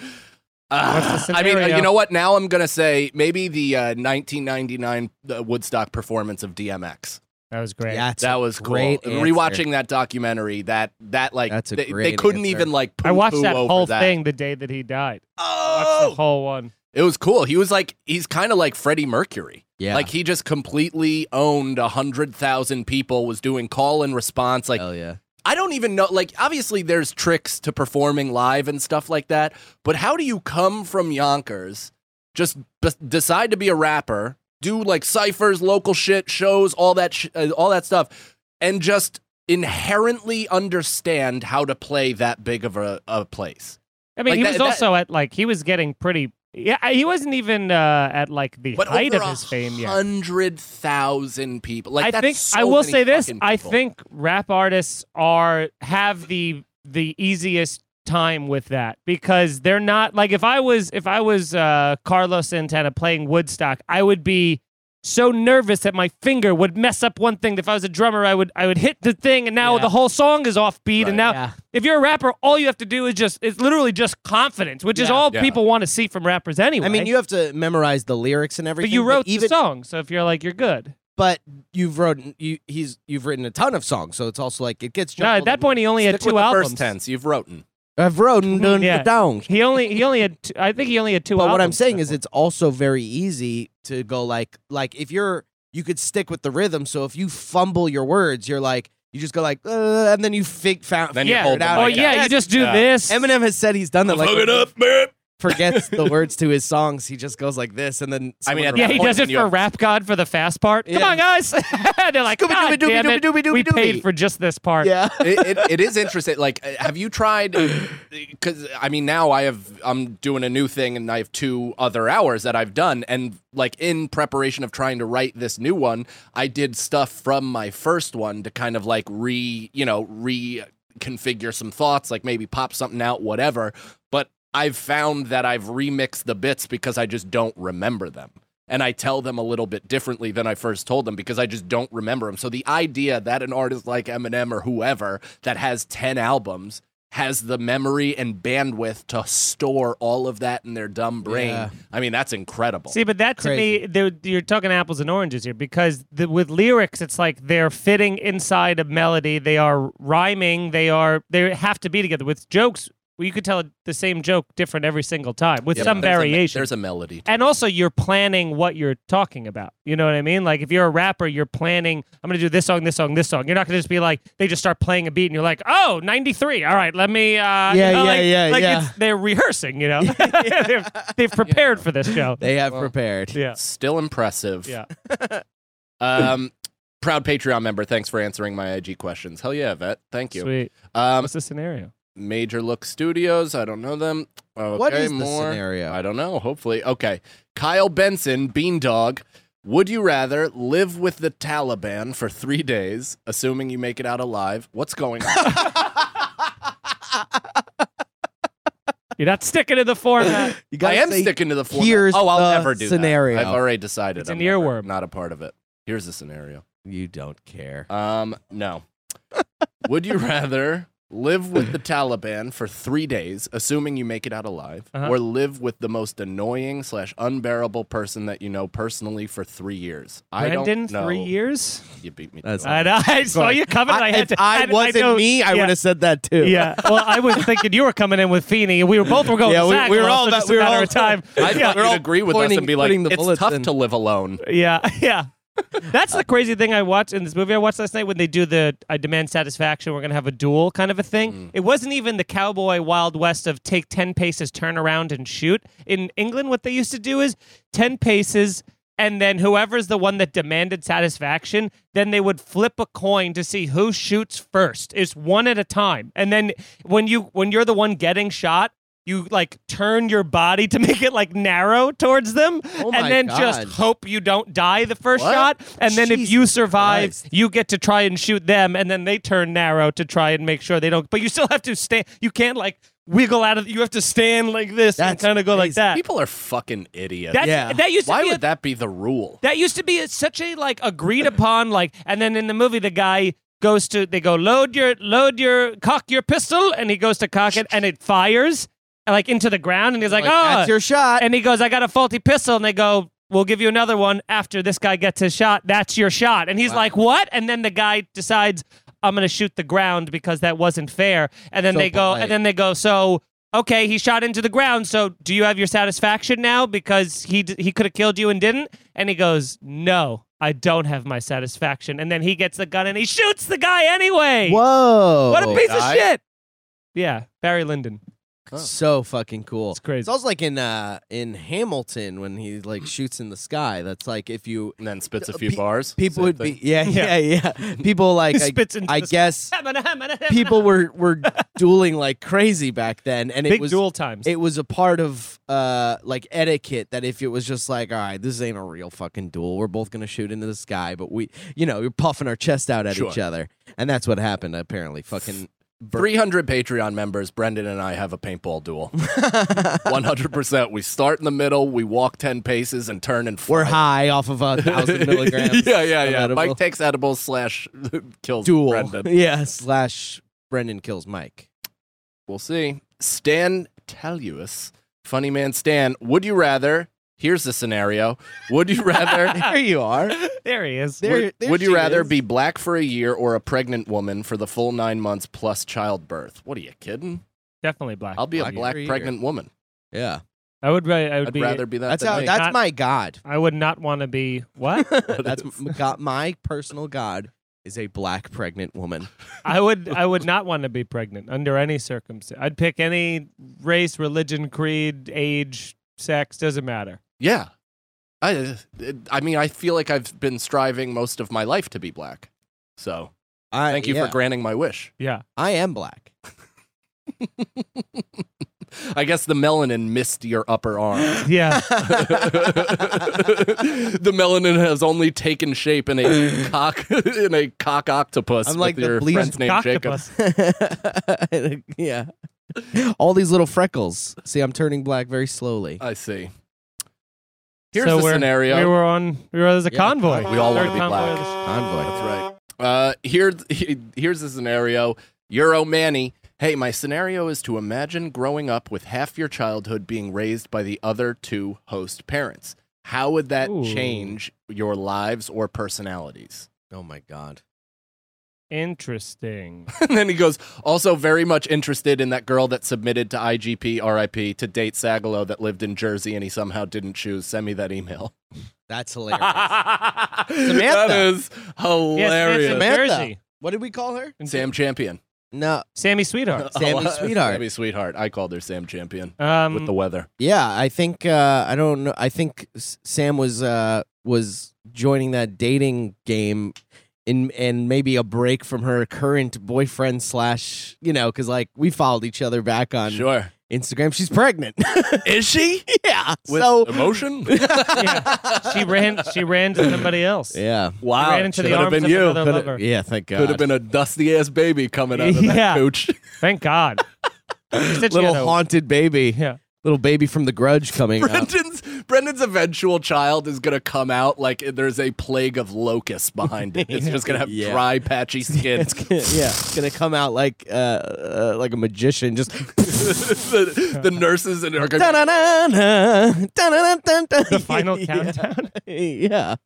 B: What's the
A: I mean, uh,
B: scenario?
A: you know what? Now I'm going to say maybe the uh, 1999 uh, Woodstock performance of DMX.
B: That was great.
C: That's
A: That was
C: great.
A: cool.
C: answer.
A: Rewatching that documentary, that that like
C: That's a
A: they, they
C: great
A: couldn't
C: answer.
A: even like
B: I watched
A: poo-poo
B: that
A: over
B: whole
A: that.
B: thing the day that he died. Watched the
A: Oh,
B: whole one.
A: it was cool. He was like he's kind of like Freddie Mercury.
C: Yeah.
A: Like he just completely owned a hundred thousand people, was doing call and response. Like
C: Hell yeah.
A: I don't even know like obviously there's tricks to performing live and stuff like that, but how do you come from Yonkers, just b- decide to be a rapper, do like ciphers, local shit, shows, all that sh- uh, all that stuff and just inherently understand how to play that big of a, a place.
B: I mean,
A: Like
B: he
A: that-
B: was
A: that-
B: also at like he was getting pretty. Yeah, I- he wasn't even uh, at like the
A: But
B: height
A: over
B: of his fame yet.
A: hundred thousand people. Like
B: I
A: that's
B: think
A: so
B: I will
A: many
B: say this.
A: fucking
B: I
A: people.
B: think rap artists are have the the easiest time with that because they're not like if I was if I was uh Carlos Santana playing Woodstock, I would be so nervous that my finger would mess up one thing. If I was a drummer, I would I would hit the thing, and now
C: Yeah.
B: the whole song is off beat. And
A: Right.
B: now,
C: Yeah.
B: if you're a rapper, all you have to do is just it's literally just confidence, which is
C: Yeah.
B: all
A: Yeah.
B: people want to see from rappers anyway.
C: I mean, you have to memorize the lyrics and
B: but
C: everything.
B: you wrote
C: even,
B: the song, so if you're like you're good.
C: But you've wrote you he's you've written a ton of songs, so it's also like it gets.
B: No, at that point he only had
A: Stick with
B: two
A: the
B: albums.
A: first tense. You've wrote.
C: I've written
B: Mm,
C: the
B: yeah.
C: songs.
B: He only he only had two, I think he only had two.
C: But what I'm
B: albums at
C: saying
B: that
C: is,
B: point.
C: it's also very easy to go like like if you're you could stick with the rhythm. So if you fumble your words, you're like you just go like uh, and then you fig found.
A: Then you
B: yeah.
A: hold the
B: oh
A: mic
B: yeah,
A: out.
B: you just do
A: Yeah.
B: this.
C: Eminem has said he's done that. Like
A: up, man.
C: forgets the words to his songs, he just goes like this, and then
A: I mean,
C: someone
A: at
B: Yeah,
A: that
B: he
A: point
B: does
A: when
B: it
A: you
B: for
A: have-
B: Rap God for the fast part. Come
C: Yeah.
B: on, guys! They're like, God
C: Scooby-dooby-dooby-dooby-dooby-dooby-dooby.
B: damn it, we paid for just this part.
C: yeah.
A: it, it, it is interesting. Like, uh, have you tried? Because I mean, now I have. I'm doing a new thing, and I have two other hours that I've done. And like in preparation of trying to write this new one, I did stuff from my first one to kind of like re, you know, reconfigure some thoughts, like maybe pop something out, whatever. But I've found that I've remixed the bits because I just don't remember them. And I tell them a little bit differently than I first told them because I just don't remember them. So the idea that an artist like Eminem or whoever that has 10 albums has the memory and bandwidth to store all of that in their dumb brain,
C: Yeah.
A: I mean, that's incredible.
B: See, but that to me, they're- you're talking apples and oranges here because the, with lyrics, it's like they're fitting inside a melody. They are rhyming. They are they have to be together. With jokes, well, you could tell the same joke different every single time with
A: Yeah,
B: some
A: but there's a me-
B: variation.
A: there's a melody.
B: and also you're planning what you're talking about. You know what I mean? Like if you're a rapper, you're planning, I'm going to do this song, this song, this song. You're not going to just be like, they just start playing a beat and you're like, oh, 93. All right, let me. Uh, yeah,
C: yeah, yeah,
B: like
C: yeah.
B: It's, they're rehearsing, you know? they've, they've prepared for this show.
C: They have prepared.
B: yeah.
A: Still impressive.
B: Yeah.
A: Um, proud Patreon member, thanks for answering my IG questions. Hell yeah, Vet. Thank you.
B: Sweet.
A: Um,
B: What's the scenario?
A: Major Look Studios. I don't know them. Okay,
C: What is the
A: more.
C: scenario?
A: I don't know. Hopefully, okay. Kyle Benson, Bean Dog. Would you rather live with the Taliban for three days, assuming you make it out alive? What's going on?
B: You're not sticking to the format.
A: I
C: You gotta
A: am
C: say-
A: sticking to the format.
C: here's
A: oh, I'll
C: the
A: never do that.
C: scenario.
A: I've already decided.
B: It's an
A: I'm never-
B: earworm.
A: Not a part of it. Here's the scenario.
C: You don't care.
A: Um, no. Would you rather live with the Taliban for three days, assuming you make it out alive,
B: Uh-huh.
A: or live with the most annoying slash unbearable person that you know personally for three years? I
B: Brandon,
A: don't know.
B: three years?
A: You beat me.
C: That's-
A: That's
B: I, know, I saw you coming. and I, had
C: if
B: to.
C: I wasn't
B: know-
C: me, I
B: yeah.
C: would have said that too.
B: Yeah. Well, I was thinking you were coming in with Feeney, and we were both were going.
C: Yeah,
B: to
C: we-
B: Zach,
C: we were
B: well,
C: all
B: so
C: about-
B: just
C: we
B: a
C: were
B: matter
C: all-
B: of time.
A: I
B: yeah.
A: thought you'd agree with us
C: pointing-
A: and be like,
C: putting the
A: it's
C: bullets
A: tough
C: in."
A: to live alone.
B: Yeah, yeah. That's
C: Uh,
B: the crazy thing I watched in this movie I watched last night when they do the I demand satisfaction, we're going to have a duel kind of a thing.
C: Mm.
B: It wasn't even the cowboy Wild West of take 10 paces, turn around, and shoot. In England, what they used to do is 10 paces, and then whoever's the one that demanded satisfaction, then they would flip a coin to see who shoots first. It's one at a time. And then when you when you're the one getting shot, you like turn your body to make it like narrow towards them
C: Oh my
B: and then
C: God.
B: just hope you don't die the first
A: What?
B: shot. And then if you
C: Jesus
B: survive,
C: Christ.
B: you get to try and shoot them. And then they turn narrow to try and make sure they don't. But you still have to stand. You can't like wiggle out of. You have to stand like this and
C: That's
B: kind of go like
C: crazy.
B: that.
A: People are fucking idiots.
B: That's,
C: Yeah.
B: That used to
A: Why
B: be a
A: would that be the rule?
B: that used to be a, such a like agreed upon like, and then in the movie the guy goes to they go load your load your cock your pistol, and he goes to cock it, and it fires like into the ground, and he's like,
C: Like,
B: oh,
C: that's your shot.
B: and he goes, I got a faulty pistol. And they go, We'll give you another one after this guy gets his shot. That's your shot. And he's like, What? And then the guy decides, I'm going to shoot the ground because that wasn't fair. And then
C: So
B: they go,
C: polite.
B: and then they go, So. Okay, he shot into the ground. So, do you have your satisfaction now because he d- he could have killed you and didn't? And he goes, "No, I don't have my satisfaction." And then he gets the gun and he shoots the guy anyway.
C: Whoa!
B: What a piece
A: guy.
B: of shit! Yeah, Barry Lyndon.
C: So fucking cool.
B: It's crazy.
C: It's also like in uh in Hamilton when he like shoots in the sky. That's like if you
A: And then spits a
C: Uh,
A: few
C: pe-
A: bars.
C: people would
A: Same thing.
C: be yeah
B: Yeah.
C: yeah yeah. People like
B: He
C: I,
B: spits into
C: I
B: the sky.
C: guess people were were dueling like crazy back then, and
B: big
C: it was
B: duel times.
C: it was a part of uh like etiquette that if it was just like all right this ain't a real fucking duel we're both gonna shoot into the sky but we you know you're puffing our chest out at
A: Sure.
C: each other and that's what happened apparently fucking
A: 300 Patreon members, Brendan and I have a paintball duel. 100%. We start in the middle, we walk 10 paces and turn and fly.
C: We're high off of a thousand milligrams.
A: yeah, yeah, yeah.
C: of edible.
A: Mike takes edibles slash kills
C: Duel.
A: Brendan.
C: Yeah, slash Brendan kills Mike.
A: We'll see. Stan Taluis, funny man Stan, would you rather? Here's the scenario. Would you rather?
C: There you are.
B: There he is.
C: There,
A: would
C: there
A: would you
C: she
A: rather
C: is.
A: be black for a year or a pregnant woman for the full nine months plus childbirth? What are you kidding?
B: Definitely black.
A: I'll be a
C: Black
A: black
C: for a year.
A: pregnant woman.
C: Yeah,
B: I would. ra- I would
A: I'd
B: be.
A: rather be that.
C: that's
A: than
C: how.
A: me.
C: That's
B: Not-
C: my god.
B: I would not want to be what?
C: That's m- got my personal god is a black pregnant woman.
B: I would. I would not want to be pregnant under any circumstance. I'd pick any race, religion, creed, age, sex. Doesn't matter.
A: Yeah. I I mean, I feel like I've been striving most of my life to be black. So,
C: I,
A: thank you
C: Uh, yeah,
A: for granting my wish.
B: Yeah.
C: I am black.
A: I guess the melanin missed your upper arm.
B: Yeah.
A: the melanin has only taken shape in a cock in a cock octopus
C: I'm like
A: with
C: the
A: your
C: bleached
A: friend's name Jacob.
B: Octopus.
C: yeah. All these little freckles. See, I'm turning black very slowly.
A: I see. Here's
B: so
A: the
B: we're-
A: scenario.
B: We were on. We were as a
C: Yeah,
B: convoy.
A: we all want
B: Third
A: to be
B: convoy
A: black.
B: of the-
C: Convoy.
A: That's right. Uh, here, here's the scenario. Euro Manny. Hey, my scenario is to imagine growing up with half your childhood being raised by the other two host parents. How would that
B: Ooh.
A: change your lives or personalities?
C: Oh my god.
B: Interesting.
A: And then he goes, also very much interested in that girl that submitted to IGP RIP to date Sagalo that lived in Jersey and he somehow didn't choose. Send me that email.
C: That's hilarious.
A: that is hilarious.
B: Yes,
C: Samantha.
B: it's in Jersey.
C: what did we call her?
A: Sam Champion.
C: No.
B: Sammy Sweetheart.
C: Sammy
A: Oh,
C: Sweetheart.
A: Sammy Sweetheart. I called her Sam Champion
B: Um,
A: with the weather.
C: Yeah, I think uh, I don't know. I think S- Sam was uh, was joining that dating game, in and maybe a break from her current boyfriend slash you know because like we followed each other back on
A: Sure.
C: Instagram. She's pregnant.
A: Is she?
C: yeah.
A: With
C: so
A: emotion?
B: yeah. She ran. She ran to somebody else.
C: yeah.
A: wow.
B: Ran into
A: Could
B: the
A: have
B: arms
A: been
B: of
A: you.
B: another
C: Coulda-
B: lover.
C: yeah. Thank God.
A: Could have been a dusty ass baby coming out of
B: Yeah.
A: that coach.
B: Thank God. She said she
C: little
B: had a-
C: haunted baby.
B: Yeah.
C: Little baby from The Grudge coming out.
A: Brendan's Brendan's eventual child is gonna come out like there's a plague of locusts behind it. It's just gonna have
C: Yeah.
A: dry, patchy skin.
C: It's gonna, yeah, it's gonna come out like uh, uh like a magician. Just
A: the, the nurses and are gonna
C: Da-da-da-da, da-da-da-da-da.
B: The final
C: Yeah.
B: countdown.
C: Yeah.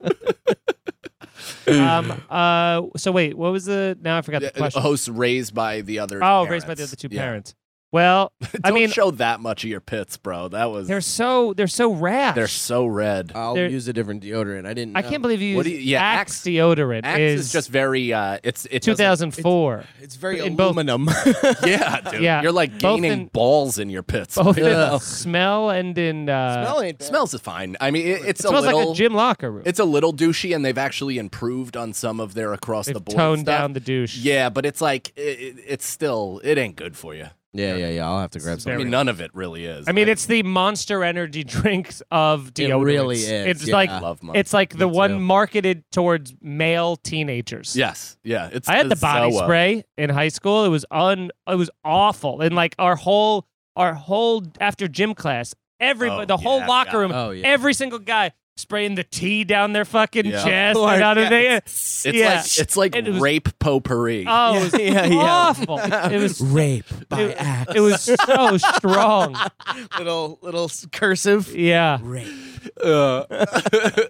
B: um. Uh. So wait. What was the? Now I forgot the
A: uh,
B: question.
A: hosts raised by the other.
B: oh, raised by the
A: parents.
B: other two
A: Yeah.
B: parents. Well, I
A: Don't
B: mean,
A: show that much of your pits, bro. That was
B: they're so they're so rash.
A: they're so red.
C: I'll
B: There-
C: use a different deodorant. I didn't.
B: I can't believe you.
A: What
B: Used
A: do you- yeah,
B: Axe,
A: Axe-
B: deodorant
A: Axe is, just very. Uh, it's it doesn't-
B: 2004.
C: It's very
B: in both-
C: aluminum.
A: Yeah, dude.
B: Yeah.
A: You're like
B: Both
A: gaining
B: in-
A: balls in your pits.
B: Both in
C: Ugh.
B: smell and in uh,
C: Smell ain't bad.
A: smells is fine. I mean, it, it's
B: it smells
A: a little.
B: like a gym locker room.
A: It's a little douchey, and they've actually improved on some of their across
B: They've
A: the board
B: toned
A: stuff.
B: down the douche.
A: Yeah, but it's like it, it, it's still it ain't good for you.
C: Yeah, yeah, yeah. I'll have to grab
B: It's
C: some.
A: I
B: Very-
A: mean, none of it really is.
B: I mean, it's the Monster Energy drinks of
C: It
B: deodorants.
C: really is,
B: It's
C: yeah.
B: like
A: I love money.
B: it's like the
C: Me
B: one
C: too.
B: marketed towards male teenagers.
A: yes, yeah. It's
B: I had the body
A: so, uh,
B: spray in high school. It was un it was awful. And like our whole our whole after gym class, everybody
A: Oh,
B: the whole
A: yeah,
B: locker
A: yeah.
B: room,
C: Oh yeah.
B: every single guy spraying the tea down their fucking
A: Yeah.
B: chest and out of there.
C: It's
A: It's
B: yeah.
A: like it's like
B: And it was-
A: rape potpourri.
B: Oh, it was
C: yeah, yeah.
B: awful. It was
C: rape by
B: it,
C: axe.
B: it was so strong.
C: little little cursive.
B: Yeah.
C: Rape.
A: Uh,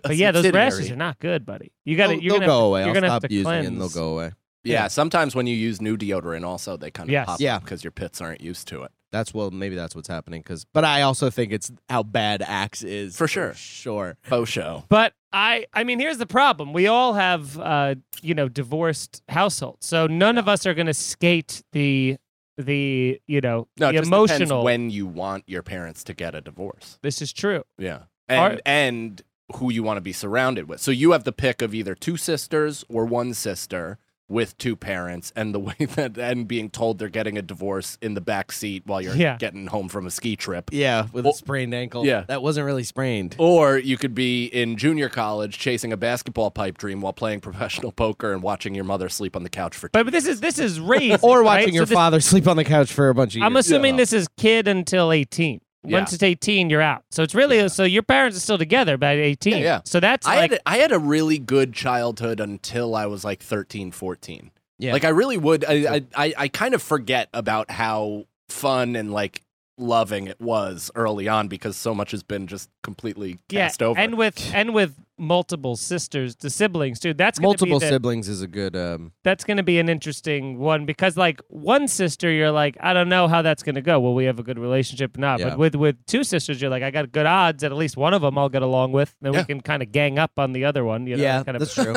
B: But yeah, those
A: subsidiary.
B: rashes are not good, buddy. You got to
C: They'll-
B: you're
C: they'll
B: gonna
C: go
B: have to-
C: away.
B: You're
C: I'll
B: gonna
C: stop
B: have to
C: using
B: cleanse.
C: it and they'll go away.
A: Yeah, sometimes when you use new deodorant, also they kind of
B: Yes.
A: pop
C: Yeah.
A: because your pits aren't used to it.
C: That's well, maybe that's what's happening. Because, but I also think it's how bad Axe is
A: For sure.
C: sure.
A: Faux show.
B: But I, I mean, here's the problem: we all have, uh, you know, divorced households, so none of us are going to skate the, the, you know,
A: No, it
B: the
A: just depends
B: emotional.
A: when you want your parents to get a divorce.
B: this is true.
A: Yeah,
B: Are-
A: and and who you want to be surrounded with. So you have the pick of either two sisters or one sister, with two parents and the way that and being told they're getting a divorce in the back seat while you're
B: Yeah.
A: getting home from a ski trip.
C: Yeah, with
A: Well,
C: a sprained ankle.
A: yeah.
C: That wasn't really sprained.
A: Or you could be in junior college chasing a basketball pipe dream while playing professional poker and watching your mother sleep on the couch for
B: But, but this is this is raised
C: Or
B: right?
C: watching
B: So
C: your
B: this-
C: father sleep on the couch for a bunch of years.
B: I'm assuming
A: Yeah.
B: this is kid until 18.
A: Yeah.
B: Once it's 18, you're out. So it's really so your parents are still together by 18.
A: Yeah, yeah.
B: So that's
A: I
B: like
A: had a, I had a really good childhood until I was like 13, 14.
C: Yeah.
A: Like I really would I I, I I kind of forget about how fun and like loving it was early on because so much has been just completely
B: yeah,
A: cast over.
B: and with and with multiple sisters, the siblings, dude. That's gonna
C: Multiple
B: be the-
C: siblings is a good. Um,
B: that's going to be an interesting one because like one sister you're like i don't know how that's going to go will we have a good relationship or not
C: Yeah.
B: but with with two sisters you're like i got good odds that at least one of them i'll get along with then
A: Yeah.
B: we can kind of gang up on the other one you know
C: yeah,
B: kind of
C: that's true.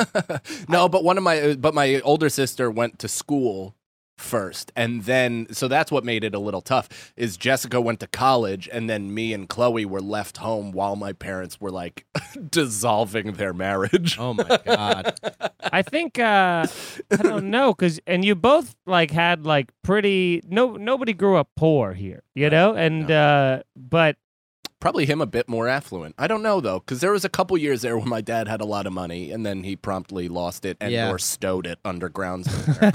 A: no, but one of my but my older sister went to school first and then so that's what made it a little tough is Jessica went to college and then me and Chloe were left home while my parents were like dissolving their marriage.
C: oh my god.
B: i think uh i don't know because and you both like had like pretty no nobody grew up poor here you know and uh but
A: Probably him a bit more affluent. I don't know though cuz there was a couple years there where my dad had a lot of money and then he promptly lost it and
C: Yeah.
A: or stowed it underground somewhere,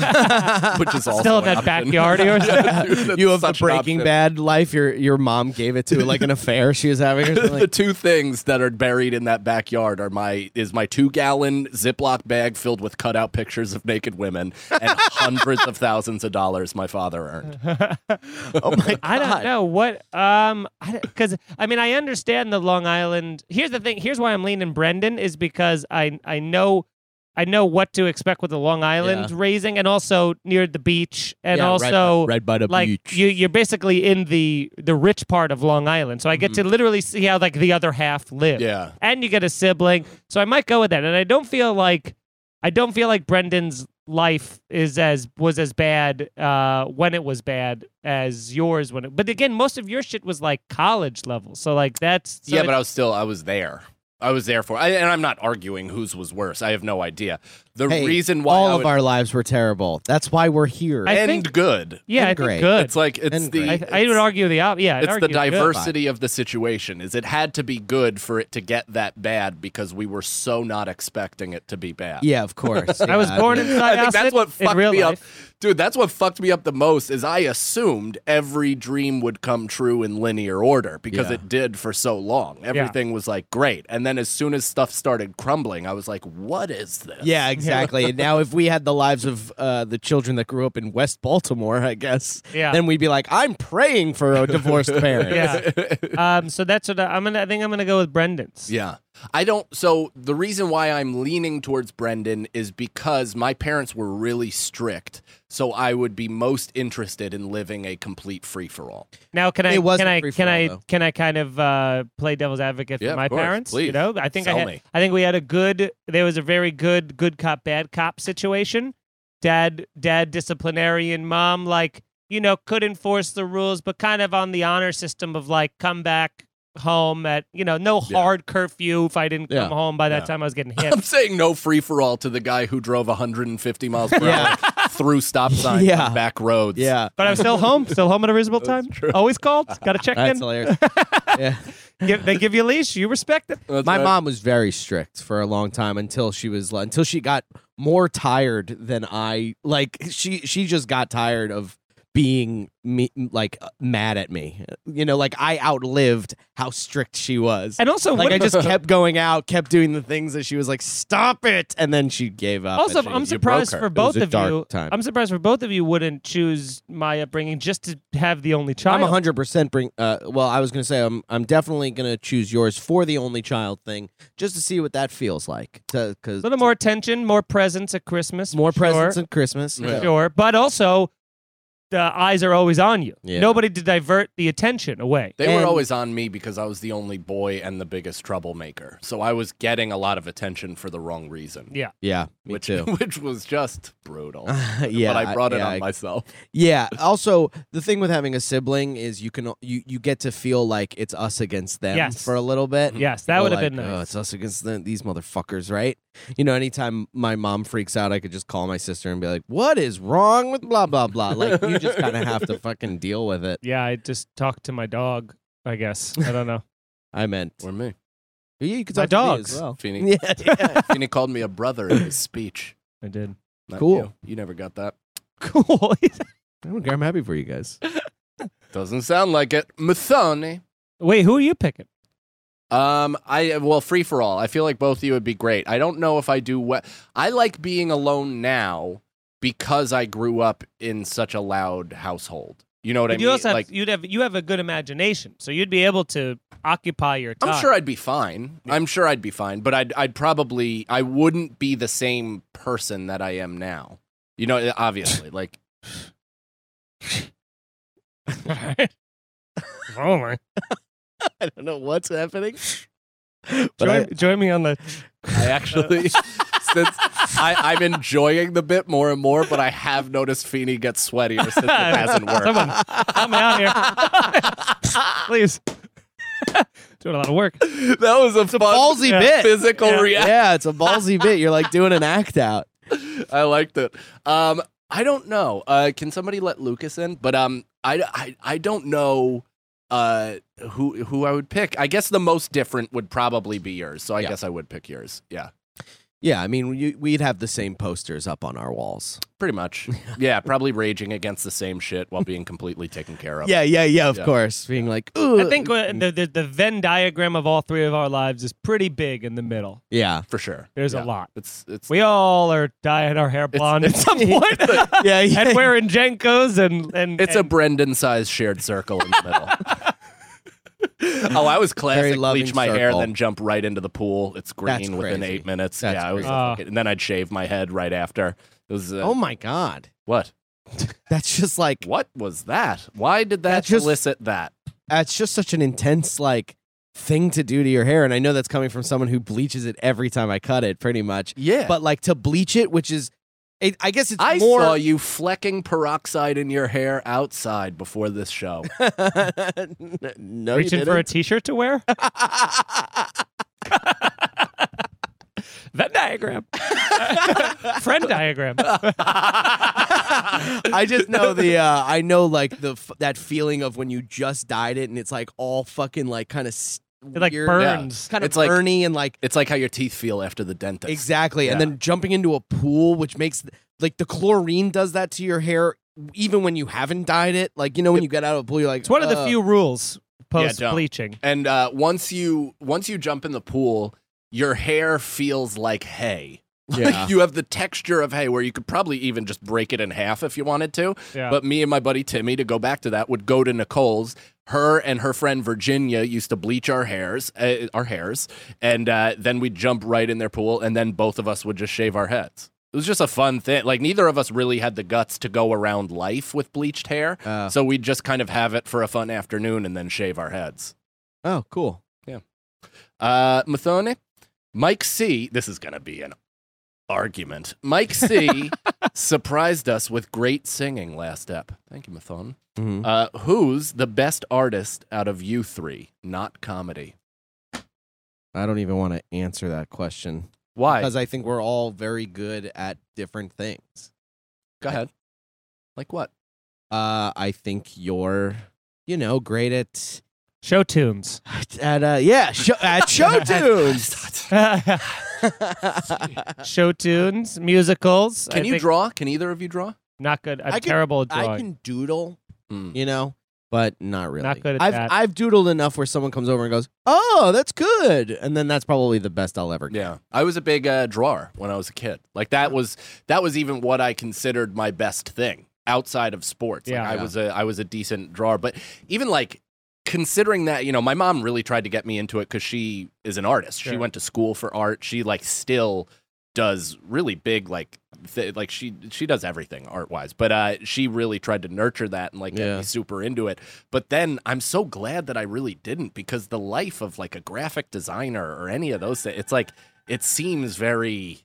A: which is also
B: Still
A: an
B: in that
A: option.
B: backyard or something?
A: dude, that's
C: you have the
A: such an
C: Breaking
A: option.
C: Bad life. Your your mom gave it to like an affair she was having or something.
A: the two things that are buried in that backyard are my is my two gallon Ziploc bag filled with cutout pictures of naked women and hundreds of thousands of dollars my father earned.
C: oh my god.
B: I don't know what um because I, mean I understand the Long Island. Here's the thing. Here's why I'm leaning Brendan is because I I know I know what to expect with the Long Island raising and also near the beach and
C: Yeah, right
B: also
C: by- right by the
B: like
C: beach.
B: you you're basically in the the rich part of Long Island. So I get
C: Mm-hmm.
B: to literally see how like the other half live.
A: Yeah.
B: And you get a sibling. So I might go with that. And I don't feel like I don't feel like Brendan's life is as was as bad uh, when it was bad as yours when it. But again, most of your shit was like college level. So like that's so
A: yeah,
B: it-
A: but I was still I was there. I was there for I, and I'm not arguing whose was worse. I have no idea. The
C: Hey,
A: reason why
C: all
A: I
C: of
A: would-
C: our lives were terrible. That's why we're here.
B: I
A: and
B: think-
A: good.
B: yeah, I
C: and
B: think
C: great.
B: good.
A: It's like it's
C: And
A: the
B: I, I would
A: it's-
B: argue the op- yeah. I'd
A: it's the
B: argue good.
A: diversity of the situation is it had to be good for it to get that bad because we were so not expecting it to be bad.
C: yeah, of course.
B: I was
C: Yeah.
B: born in
A: I think
B: Syosset
A: that's what
B: in
A: fucked
B: real
A: me
B: life.
A: up, dude. That's what fucked me up the most is I assumed every dream would come true in linear order because
C: Yeah.
A: it did for so long. Everything was like great, and then as soon as stuff started crumbling, I was like, "What is this?"
C: Yeah, exactly. And now, if we had the lives of uh, the children that grew up in West Baltimore, I guess,
B: Yeah.
C: then we'd be like, I'm praying for a divorced parent.
B: Yeah. um. So that's what I, I'm gonna. I think I'm gonna go with Brendan's.
A: Yeah. I don't. So the reason why I'm leaning towards Brendan is because my parents were really strict. So I would be most interested in living a complete free for all.
B: Now, can I
C: It wasn't
B: can I
C: free for
B: can
C: all,
B: I
C: though.
B: can I kind of uh, play devil's advocate
A: Yeah,
B: for
A: of
B: my
A: course.
B: parents?
A: Please.
B: You know, I think
A: Sell
B: I had,
A: me.
B: I think we had a good. There was a very good good cop bad cop situation. Dad dad disciplinarian, mom like you know could enforce the rules, but kind of on the honor system of like come back home at you know no
A: Yeah.
B: hard curfew if I didn't
C: Yeah.
B: come home by that
A: Yeah.
B: time I was getting
A: I'm
B: hit.
A: saying no free for all to the guy who drove 150 miles per hour through stop signs
C: Yeah.
A: on back roads.
C: Yeah.
B: But I'm still home, still home at a reasonable time. Always called, got to check
C: That's
B: in.
C: hilarious. yeah.
B: Give, they give you a leash, you respect it.
A: That's
C: My
A: right.
C: mom was very strict for a long time until she was uh, until she got more tired than I like she she just got tired of being me like mad at me. You know, like I outlived how strict she was.
B: And also,
C: like
B: what
C: I just kept going out, kept doing the things that she was like, "Stop it!" and then she gave up.
B: Also,
C: and she-
B: I'm
C: you
B: surprised
C: broke
B: for
C: her.
B: both
C: it was a
B: of
C: dark
B: you.
C: Time.
B: I'm surprised for both of you wouldn't choose my upbringing just to have the only
C: I'm
B: child.
C: 100 percent bring. Uh, well, I was gonna say I'm I'm definitely gonna choose yours for the only child thing, just to see what that feels like. Because
B: a little more attention, more presents at Christmas,
C: more
B: for sure,
C: presents at Christmas.
B: for sure. But also, the eyes are always on you.
C: Yeah.
B: Nobody to divert the attention away.
A: They
C: And-
A: were always on me because I was the only boy and the biggest troublemaker. So I was getting a lot of attention for the wrong reason.
B: Yeah.
C: Yeah, me
A: which
C: too.
A: which was just brutal.
C: yeah,
A: but I brought it
C: yeah,
A: on
C: I-
A: myself.
C: Yeah. Also, the thing with having a sibling is you can you you get to feel like it's us against them
B: Yes.
C: for a little bit.
B: Yes, that
C: You're
B: would have
C: Hmm. like,
B: been
C: "Oh,
B: nice.
C: it's us against them, these motherfuckers, right? You know, anytime my mom freaks out, I could just call my sister and be like, "What is wrong with blah blah blah?" Like you just kind of have to fucking deal with it.
B: yeah, I just talked to my dog, I guess. I don't know.
C: I meant
A: Or me.
C: yeah, you could
B: My
C: talk to me as
B: dogs.
C: well.
A: Feeney,
C: Yeah, yeah.
A: Feeney called me a brother in his speech.
B: I did.
A: Not
C: Cool.
A: You. You never got that.
B: Cool.
C: I'm happy for you guys.
A: Doesn't sound like it. Mathoni.
B: Wait, who are you picking?
A: Um, I well, free for all. I feel like both of you would be great. I don't know if I do what I like being alone now because I grew up in such a loud household. You know what I
B: you
A: mean?
B: also have,
A: like,
B: you'd have you have a good imagination, so you'd be able to occupy your time.
A: I'm sure I'd be fine. I'm sure I'd be fine, but I'd I'd probably I wouldn't be the same person that I am now. You know, eh, obviously, like
B: oh my!
C: I don't know what's happening. But
B: Join,
C: I-
B: join me on the.
A: I actually since I, I'm enjoying the bit more and more, but I have noticed Feeney gets sweatier since it hasn't worked.
B: Someone, help me out here, please. Doing a lot of work.
A: That was a fun,
C: ballsy
B: Yeah.
C: bit.
A: physical
B: Yeah.
A: reaction.
C: yeah, it's a ballsy bit. You're like doing an act out.
A: I liked it. Um, I don't know. Uh, can somebody let Lucas in? But um, I, I, I don't know uh, who who I would pick. I guess the most different would probably be yours. So I
C: Yeah.
A: guess I would pick yours. Yeah,
C: Yeah, I mean, we- we'd have the same posters up on our walls.
A: pretty much. yeah, probably raging against the same shit while being completely taken care of.
C: Yeah, yeah, yeah. Of
A: Yeah.
C: course, being like, ooh,
B: I think uh, the, the the Venn diagram of all three of our lives is pretty big in the middle.
C: yeah,
A: for sure.
B: There's
A: Yeah.
B: a lot.
A: It's it's
B: We all are dyeing our hair blonde at some point,
C: yeah, yeah.
B: and wearing Jenkos and and
A: it's a
B: and,
A: Brendan-sized shared circle in the middle. oh, I was classic.
C: loving
A: Bleach my hair,
C: circle.
A: then jump right into the pool. It's green
C: That's
A: within
C: crazy.
A: eight minutes.
C: That's
A: yeah, I was.
B: crazy.
A: like, fuck it. and then I'd shave my head right after. It was uh,
C: oh my god,
A: what?
C: that's just like
A: What was that? Why did that,
C: That just-
A: elicit that?
C: that's just such an intense like thing to do to your hair. And I know that's coming from someone who bleaches it every time I cut it, pretty much.
A: Yeah, but
C: But like to bleach it, which is, it, I guess it's
A: I
C: more.
A: saw you flecking peroxide in your hair outside before this show.
C: no,
B: reaching
C: you
B: for a
C: didn't.
B: T-shirt to wear. Venn diagram, friend diagram.
C: I just know the uh, I know like the f- that feeling of when you just dyed it and it's like all fucking like kind of
B: It like burns.
C: kind of
A: It's like-
C: burny and like
A: it's like how your teeth feel after the dentist.
C: exactly and
A: Yeah.
C: then jumping into a pool which makes th- like the chlorine does that to your hair even when you haven't dyed it like you know when you get out of a pool you're like "Uh."
B: It's one of the
C: "Ugh."
B: few
A: Uh,
B: rules
A: don't.
B: post bleaching.
A: And uh, once you once you jump in the pool, your hair feels like hay.
C: Yeah.
A: Like you have the texture of hay, where you could probably even just break it in half if you wanted to.
B: Yeah.
A: But me and my buddy Timmy, to go back to that, would go to Nicole's. Her and her friend Virginia used to bleach our hairs, uh, our hairs, and uh, then we'd jump right in their pool, and then both of us would just shave our heads. It was just a fun thing. Like neither of us really had the guts to go around life with bleached hair,
C: Uh,
A: so we'd just kind of have it for a fun afternoon and then shave our heads.
C: oh cool
A: Uh, Mathone, Mike C. This is going to be an argument. Mike C. surprised us with great singing last ep. Thank you, Mathone.
C: Mhm.
A: Uh, who's the best artist out of you three? Not comedy.
C: I don't even want to answer that question
A: Why?
C: because I think we're all very good at different things
A: Go ahead. Like what?
C: uh I think you're you know great at
B: Show tunes.
C: at uh yeah show, at show tunes
B: show tunes, musicals.
A: Can
B: I
A: you
B: think-
A: draw? Can either of you draw?
B: Not good. I'm
C: I can-
B: terrible at drawing.
C: I can doodle
A: Mm.
C: you know, but not really.
B: good at
C: I've
B: that.
C: I've doodled enough where someone comes over and goes, "Oh, that's good," and then that's probably the best I'll ever get.
A: Yeah, I was a big uh, drawer when I was a kid. Like that was that was even what I considered my best thing outside of sports.
B: Yeah.
A: like, I
C: Yeah.
A: was a I was a decent drawer, but even like considering that, you know, my mom really tried to get me into it because she is an artist. She
B: Sure.
A: went to school for art. She like still does really big like th- like she she does everything art wise, but uh, she really tried to nurture that and like get
C: Yeah.
A: me super into it. But then I'm so glad that I really didn't because the life of like a graphic designer or any of those, thi- it's like it seems very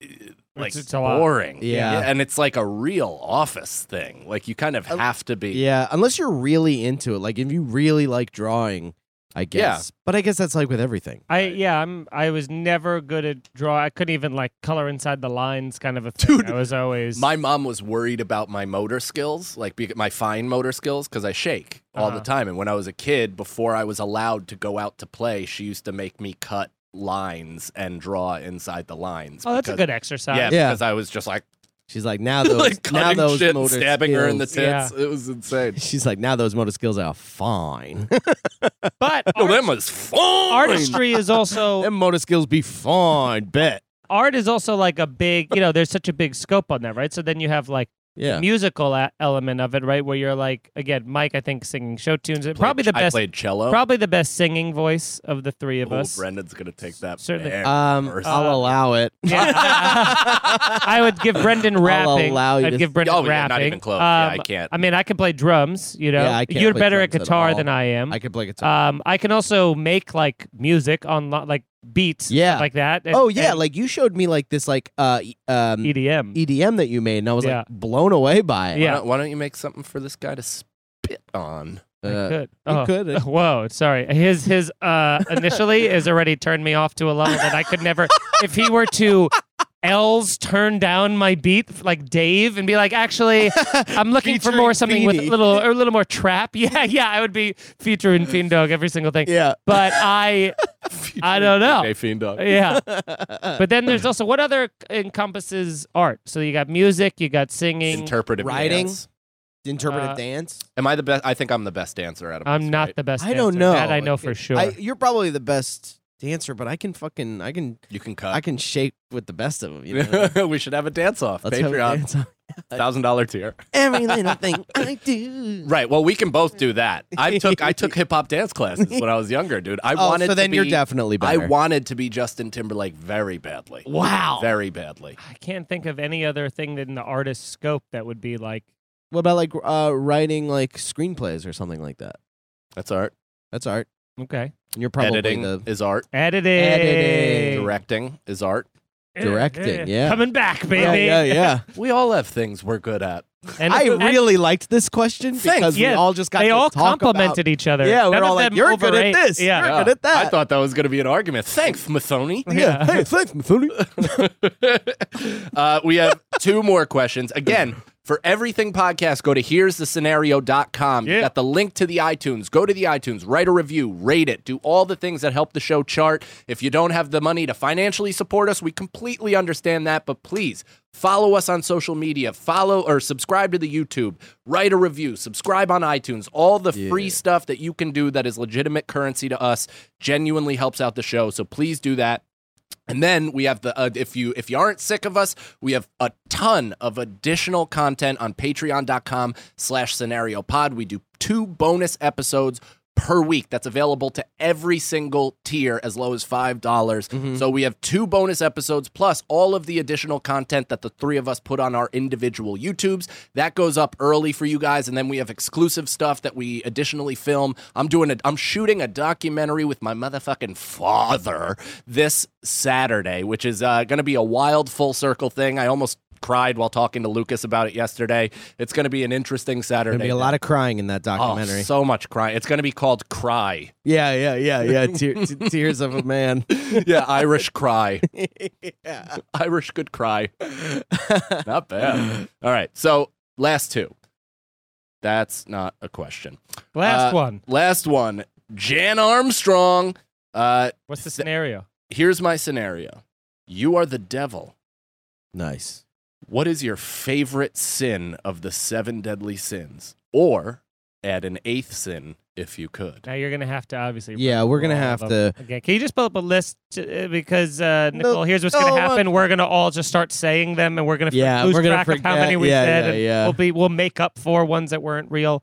A: uh, like
B: It's- it's a lot.
A: boring.
C: Yeah.
A: and it's like a real office thing. Like you kind of
C: Uh,
A: have to be.
C: Yeah, unless you're really into it. Like if you really like drawing, I guess. But I guess that's like with everything.
B: I yeah, I'm. I was never good at draw. I couldn't even like color inside the lines, kind of a thing.
A: Dude,
B: I was always
A: My mom was worried about my motor skills, like bec- my fine motor skills, because I shake all the
B: Uh-huh.
A: time. And when I was a kid, before I was allowed to go out to play, she used to make me cut lines and draw inside the lines.
B: Oh, that's a
A: because-
B: good exercise.
A: Yeah,
C: Yeah.
A: because I was just like,
C: She's like now those
A: like
C: now
A: cutting
C: those
A: shit, and
C: motor
A: stabbing her in the tits.
C: skills-
B: Yeah.
A: It was insane.
C: She's like now those motor skills are fine.
B: But
A: No, Oh,
B: art-
A: that was fun.
B: artistry is also
C: Them motor skills be fine, bet.
B: art is also like a big. You know, there's such a big scope on that, right? So then you have like
C: Yeah.
B: musical a- element of it, right? Where you're like again, Mike. I think singing show tunes. probably the
A: I
B: best.
A: played cello.
B: Probably the best singing voice of the three of
A: Oh,
B: us.
A: Brendan's gonna take that.
B: Certainly.
A: back.
C: Um,
A: Or-
C: I'll allow it.
B: Uh, Yeah. I would give Brendan rapping.
C: allow you
B: I'd
C: to-
B: give Brendan
A: Oh, yeah,
B: rapping.
A: not even close. Yeah, I
B: Um,
A: can't.
B: I mean, I can play drums. You know,
C: Yeah, I can't
B: you're
C: play
B: better at
C: drums at
B: guitar
C: all.
B: than I am.
C: I could play guitar.
B: Um, I can also make like music on lo- like beats,
C: Yeah.
B: like that. and-
C: oh yeah,
B: and
C: like you showed me like this like uh e- um
B: EDM.
C: EDM that you made, and I was
B: Yeah.
C: like blown away by it.
A: Why
B: yeah.
A: don't- why don't you make something for this guy to spit on?
B: I
C: Uh,
B: could.
C: you
B: Oh.
C: could.
B: Whoa, sorry. His his uh initially has already turned me off to a level that I could never. If he were to L's turn down my beat like Dave and be like, actually, I'm looking for more
C: Featuring
B: something with
C: Feeny.
B: a little or a little more trap. Yeah, yeah, I would be featuring Fiend Dog every single thing.
C: Yeah.
B: But I I don't know.
A: Hey, Fiend Dog.
B: yeah. But then there's also what other encompasses art? So you got music, you got singing.
A: Interpretive
C: Writing?
A: dance.
C: Interpretive
B: Uh,
C: dance.
A: Am I the best? I think I'm the best dancer out of.
B: I'm
A: us,
B: not
A: right?
B: the best.
C: I don't
B: dancer.
C: know.
B: That I know for sure.
C: I, you're probably the best dancer, but I can fucking I can
A: You can
C: I
A: cut.
C: can shake with the best of them. You know?
A: we should have a dance off.
C: Let's have a
A: Patreon,
C: dance on
A: thousand dollar tier.
C: every little thing I do.
A: Right. Well, we can both do that. I took I took hip hop dance classes when I was younger, dude. I
C: Oh,
A: wanted.
C: so then
A: to be,
C: you're definitely better.
A: I wanted to be Justin Timberlake very badly.
C: Wow.
A: Very badly.
B: I can't think of any other thing in the artist's scope that would be like
C: what about like uh, writing like screenplays or something like that?
A: That's art.
C: That's art.
B: okay
C: And you're probably
A: Editing
C: the
A: is art.
B: editing,
C: Editing.
A: Directing is art.
B: Eh,
C: Directing,
B: eh.
C: yeah.
B: coming back, baby.
C: yeah yeah yeah.
A: We all have things we're good at.
B: And
C: I
B: and
C: really liked this question
A: Thanks.
C: because we
B: Yeah,
C: all just got
B: they
C: to
B: all
C: talk
B: complimented each other.
C: About, yeah,
B: None
C: we're
B: of
C: all like,
B: them
C: "You're good
B: overate-
C: at this.
B: Yeah.
C: You're good at that."
A: I thought that was going to be an argument. Thanks, Mathoni.
C: yeah.
B: Yeah.
C: Hey, thanks, Mathoni.
A: uh, we have two more questions. Again, for everything podcast, go to here's the scenario.com. You
B: Yeah.
A: got the link to the iTunes. Go to the iTunes, write a review, rate it, do all the things that help the show chart. If you don't have the money to financially support us, we completely understand that, but please follow us on social media, follow or subscribe to the YouTube, write a review, subscribe on iTunes, all the free stuff that you can do that is legitimate currency to us genuinely helps out the show. So please do that. And then we have the uh, if you if you aren't sick of us, we have a ton of additional content on patreon.com slash scenario pod. We do two bonus episodes per week that's available to every single tier as low as five dollars. So we have two bonus episodes plus all of the additional content that the three of us put on our individual YouTubes. That goes up early for you guys, and then we have exclusive stuff that we additionally film. I'm doing a I'm shooting a documentary with my motherfucking father this Saturday, which is uh, going to be a wild full circle thing. I almost cried while talking to Lucas about it yesterday. It's going to be an interesting Saturday.
C: There'll be a lot of crying in that
A: Oh,
C: documentary.
A: so much crying. It's going to be called Cry.
C: yeah, yeah, yeah, yeah. Tear, t- tears of a man.
A: Yeah, Irish Cry.
C: yeah.
A: Irish could cry. not bad. All right. So last two. That's not a question.
B: Last
A: Uh,
B: one.
A: Last one. Jan Armstrong. Uh,
B: What's the scenario?
A: here's my scenario. You are the devil.
C: Nice.
A: What is your favorite sin of the seven deadly sins? Or add an eighth sin if you could.
B: Now you're gonna have to obviously.
C: Yeah, we're gonna
B: all
C: have
B: of
C: to.
B: them. Okay, can you just pull up a list to, uh, because uh,
C: No,
B: Nicole? here's what's
C: no,
B: gonna
C: uh,
B: happen. we're gonna all just start saying them, and we're gonna
C: Yeah,
B: lose
C: we're gonna
B: track of how
C: forget.
B: many we
C: Yeah,
B: said.
C: yeah,
B: and
C: yeah.
B: We'll be we'll make up for ones that weren't real.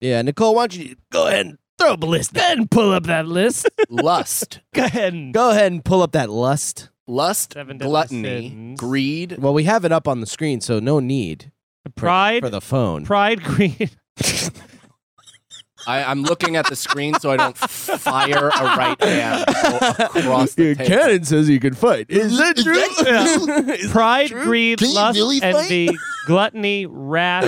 C: Yeah, Nicole, why don't you go ahead and throw up a list?
B: Then pull up that list.
A: Lust.
B: Go ahead. And
C: Go ahead and pull up that lust.
A: lust,
B: Seven deadly
A: gluttony,
B: sins.
A: greed.
C: Well, we have it up on the screen, so no need for,
B: Pride,
C: for the phone.
B: pride, greed.
A: I, I'm looking at the screen so I don't fire a right hand across the
C: Your
A: table.
C: Cannon says you can fight. Is that true? Is-
B: pride,
C: True?
B: greed,
C: Can you
B: lust,
C: really fight?
B: envy, gluttony, wrath.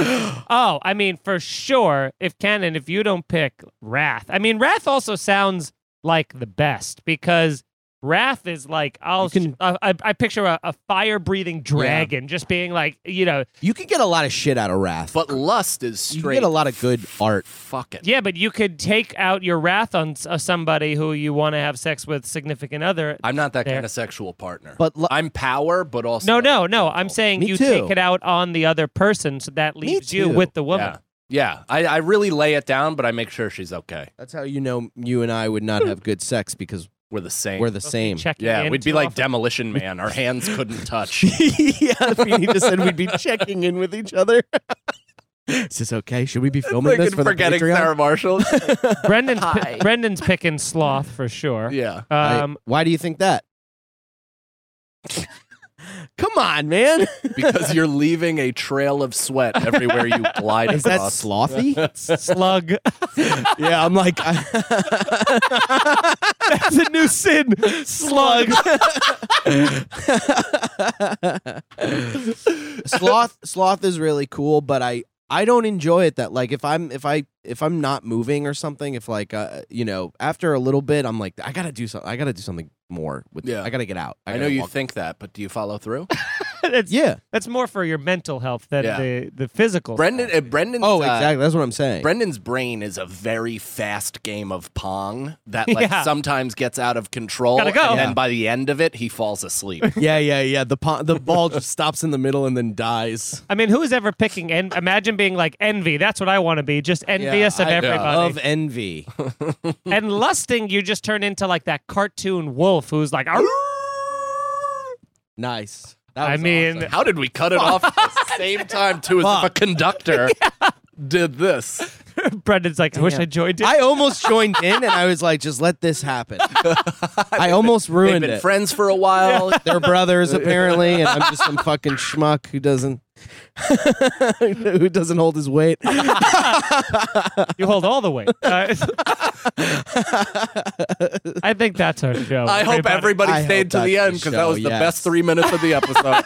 B: Oh, I mean, for sure. If Canon, if you don't pick wrath, I mean, wrath also sounds like the best because wrath is like I'll.
C: can-
B: I, I, I picture a, a fire-breathing dragon just being like, you know,
C: you can get a lot of shit out of Wrath.
A: But lust is
C: you
A: straight.
C: can get a lot of good art.
A: Fuck it.
B: yeah. But you could take out your wrath on s- uh, somebody who you want to have sex with, significant other.
A: I'm not that
B: There.
A: kind of sexual partner.
C: But lu-
A: I'm power, but also
B: No, no, no. I'm saying
C: Oh, Me
B: you
C: too.
B: take it out on the other person, so that
C: Me
B: leaves you
C: too.
B: with the woman.
A: Yeah, yeah. I, I really lay it down, but I make sure she's okay.
C: That's how you know you and I would not have good sex because
A: We're the same.
C: we're the
B: Both be
C: same.
B: checking
A: yeah,
B: in
A: we'd be
B: too
A: like
B: often.
A: Demolition Man. Our hands couldn't touch.
C: yeah, I mean, he just said we'd be checking in with each other. Is this okay? Should we be filming this
A: Freaking
C: for the
A: forgetting
C: Patreon?
A: Sarah Marshall.
B: Brendan's
A: Hi.
B: pi- Brendan's picking sloth for sure.
A: yeah.
C: I-
B: Um,
C: why do you think that? Come on, man.
A: Because you're leaving a trail of sweat everywhere you glide
C: Is that
A: across.
C: slothy?
B: slug.
C: yeah, I'm like,
B: That's a new sin. Slug.
C: sloth. Sloth is really cool, but I I don't enjoy it. That like if I'm if I if I'm not moving or something, if like uh, you know after a little bit, I'm like I gotta do something. I gotta do something more with.
A: Yeah.
C: I gotta get out.
A: I know
C: gotta
A: you
C: walk.
A: think that, but do you follow through?
B: that's,
C: Yeah.
B: that's more for your mental health than
A: Yeah.
B: the, the physical.
A: Brendan,
B: stuff.
A: uh, Brendan's,
C: Oh,
A: uh,
C: exactly. That's what I'm saying.
A: Brendan's brain is a very fast game of pong that like
B: Yeah.
A: sometimes gets out of control.
B: Gotta go.
A: And then
C: Yeah.
A: by the end of it, he falls asleep.
C: yeah, yeah, yeah. The po- the ball just stops in the middle and then dies.
B: I mean, who's ever picking? En- imagine being like envy. That's what I want to be. Just envious
C: Yeah,
B: of
C: I-
B: everybody.
C: Of envy.
B: and lusting, you just turn into like that cartoon wolf who's like, "Arr!"
C: Nice. That
B: I
C: was
B: mean,
C: awesome.
A: How did we cut it off at the same time too? As if a
C: Fuck.
A: conductor did this.
B: Brendan's like, I wish I joined it.
C: I almost joined in and I was like, just let this happen. I almost
A: They've
C: ruined
A: been
C: it.
A: friends for a while.
C: They're brothers apparently, and I'm just some fucking schmuck who doesn't who doesn't hold his weight.
B: you hold all the weight. Uh, I think that's our show.
A: I hope everybody
C: I
A: stayed
C: hope
A: to the
C: that's
A: end
C: the
A: because that
C: show,
A: was the
C: yes.
A: best three minutes of the episode.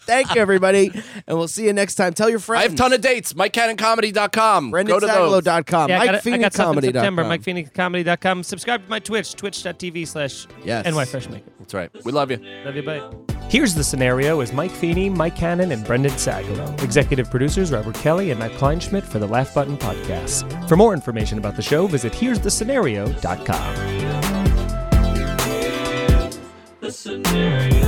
C: Thank you, everybody, and we'll see you next time. Tell your
A: I
C: friends.
A: have a ton of dates. MikeCannonComedy.com. Go to those.
C: BrendanSagalo.com.
B: Yeah, I got, I got stuff in September.
C: MikePhoenixComedy.com.
B: MikePhoenixComedy.com. Subscribe to my Twitch, twitch.tv slash
C: Yes.
B: NYFreshmaker.
A: That's right. We love you.
B: Love you, bye. Here's the Scenario is Mike Feeney, Mike Cannon, and Brendan Sagalow. Executive producers Robert Kelly and Matt Kleinschmidt for the Laugh Button Podcast. For more information about the show, visit here'sthescenario.com.
D: the scenario.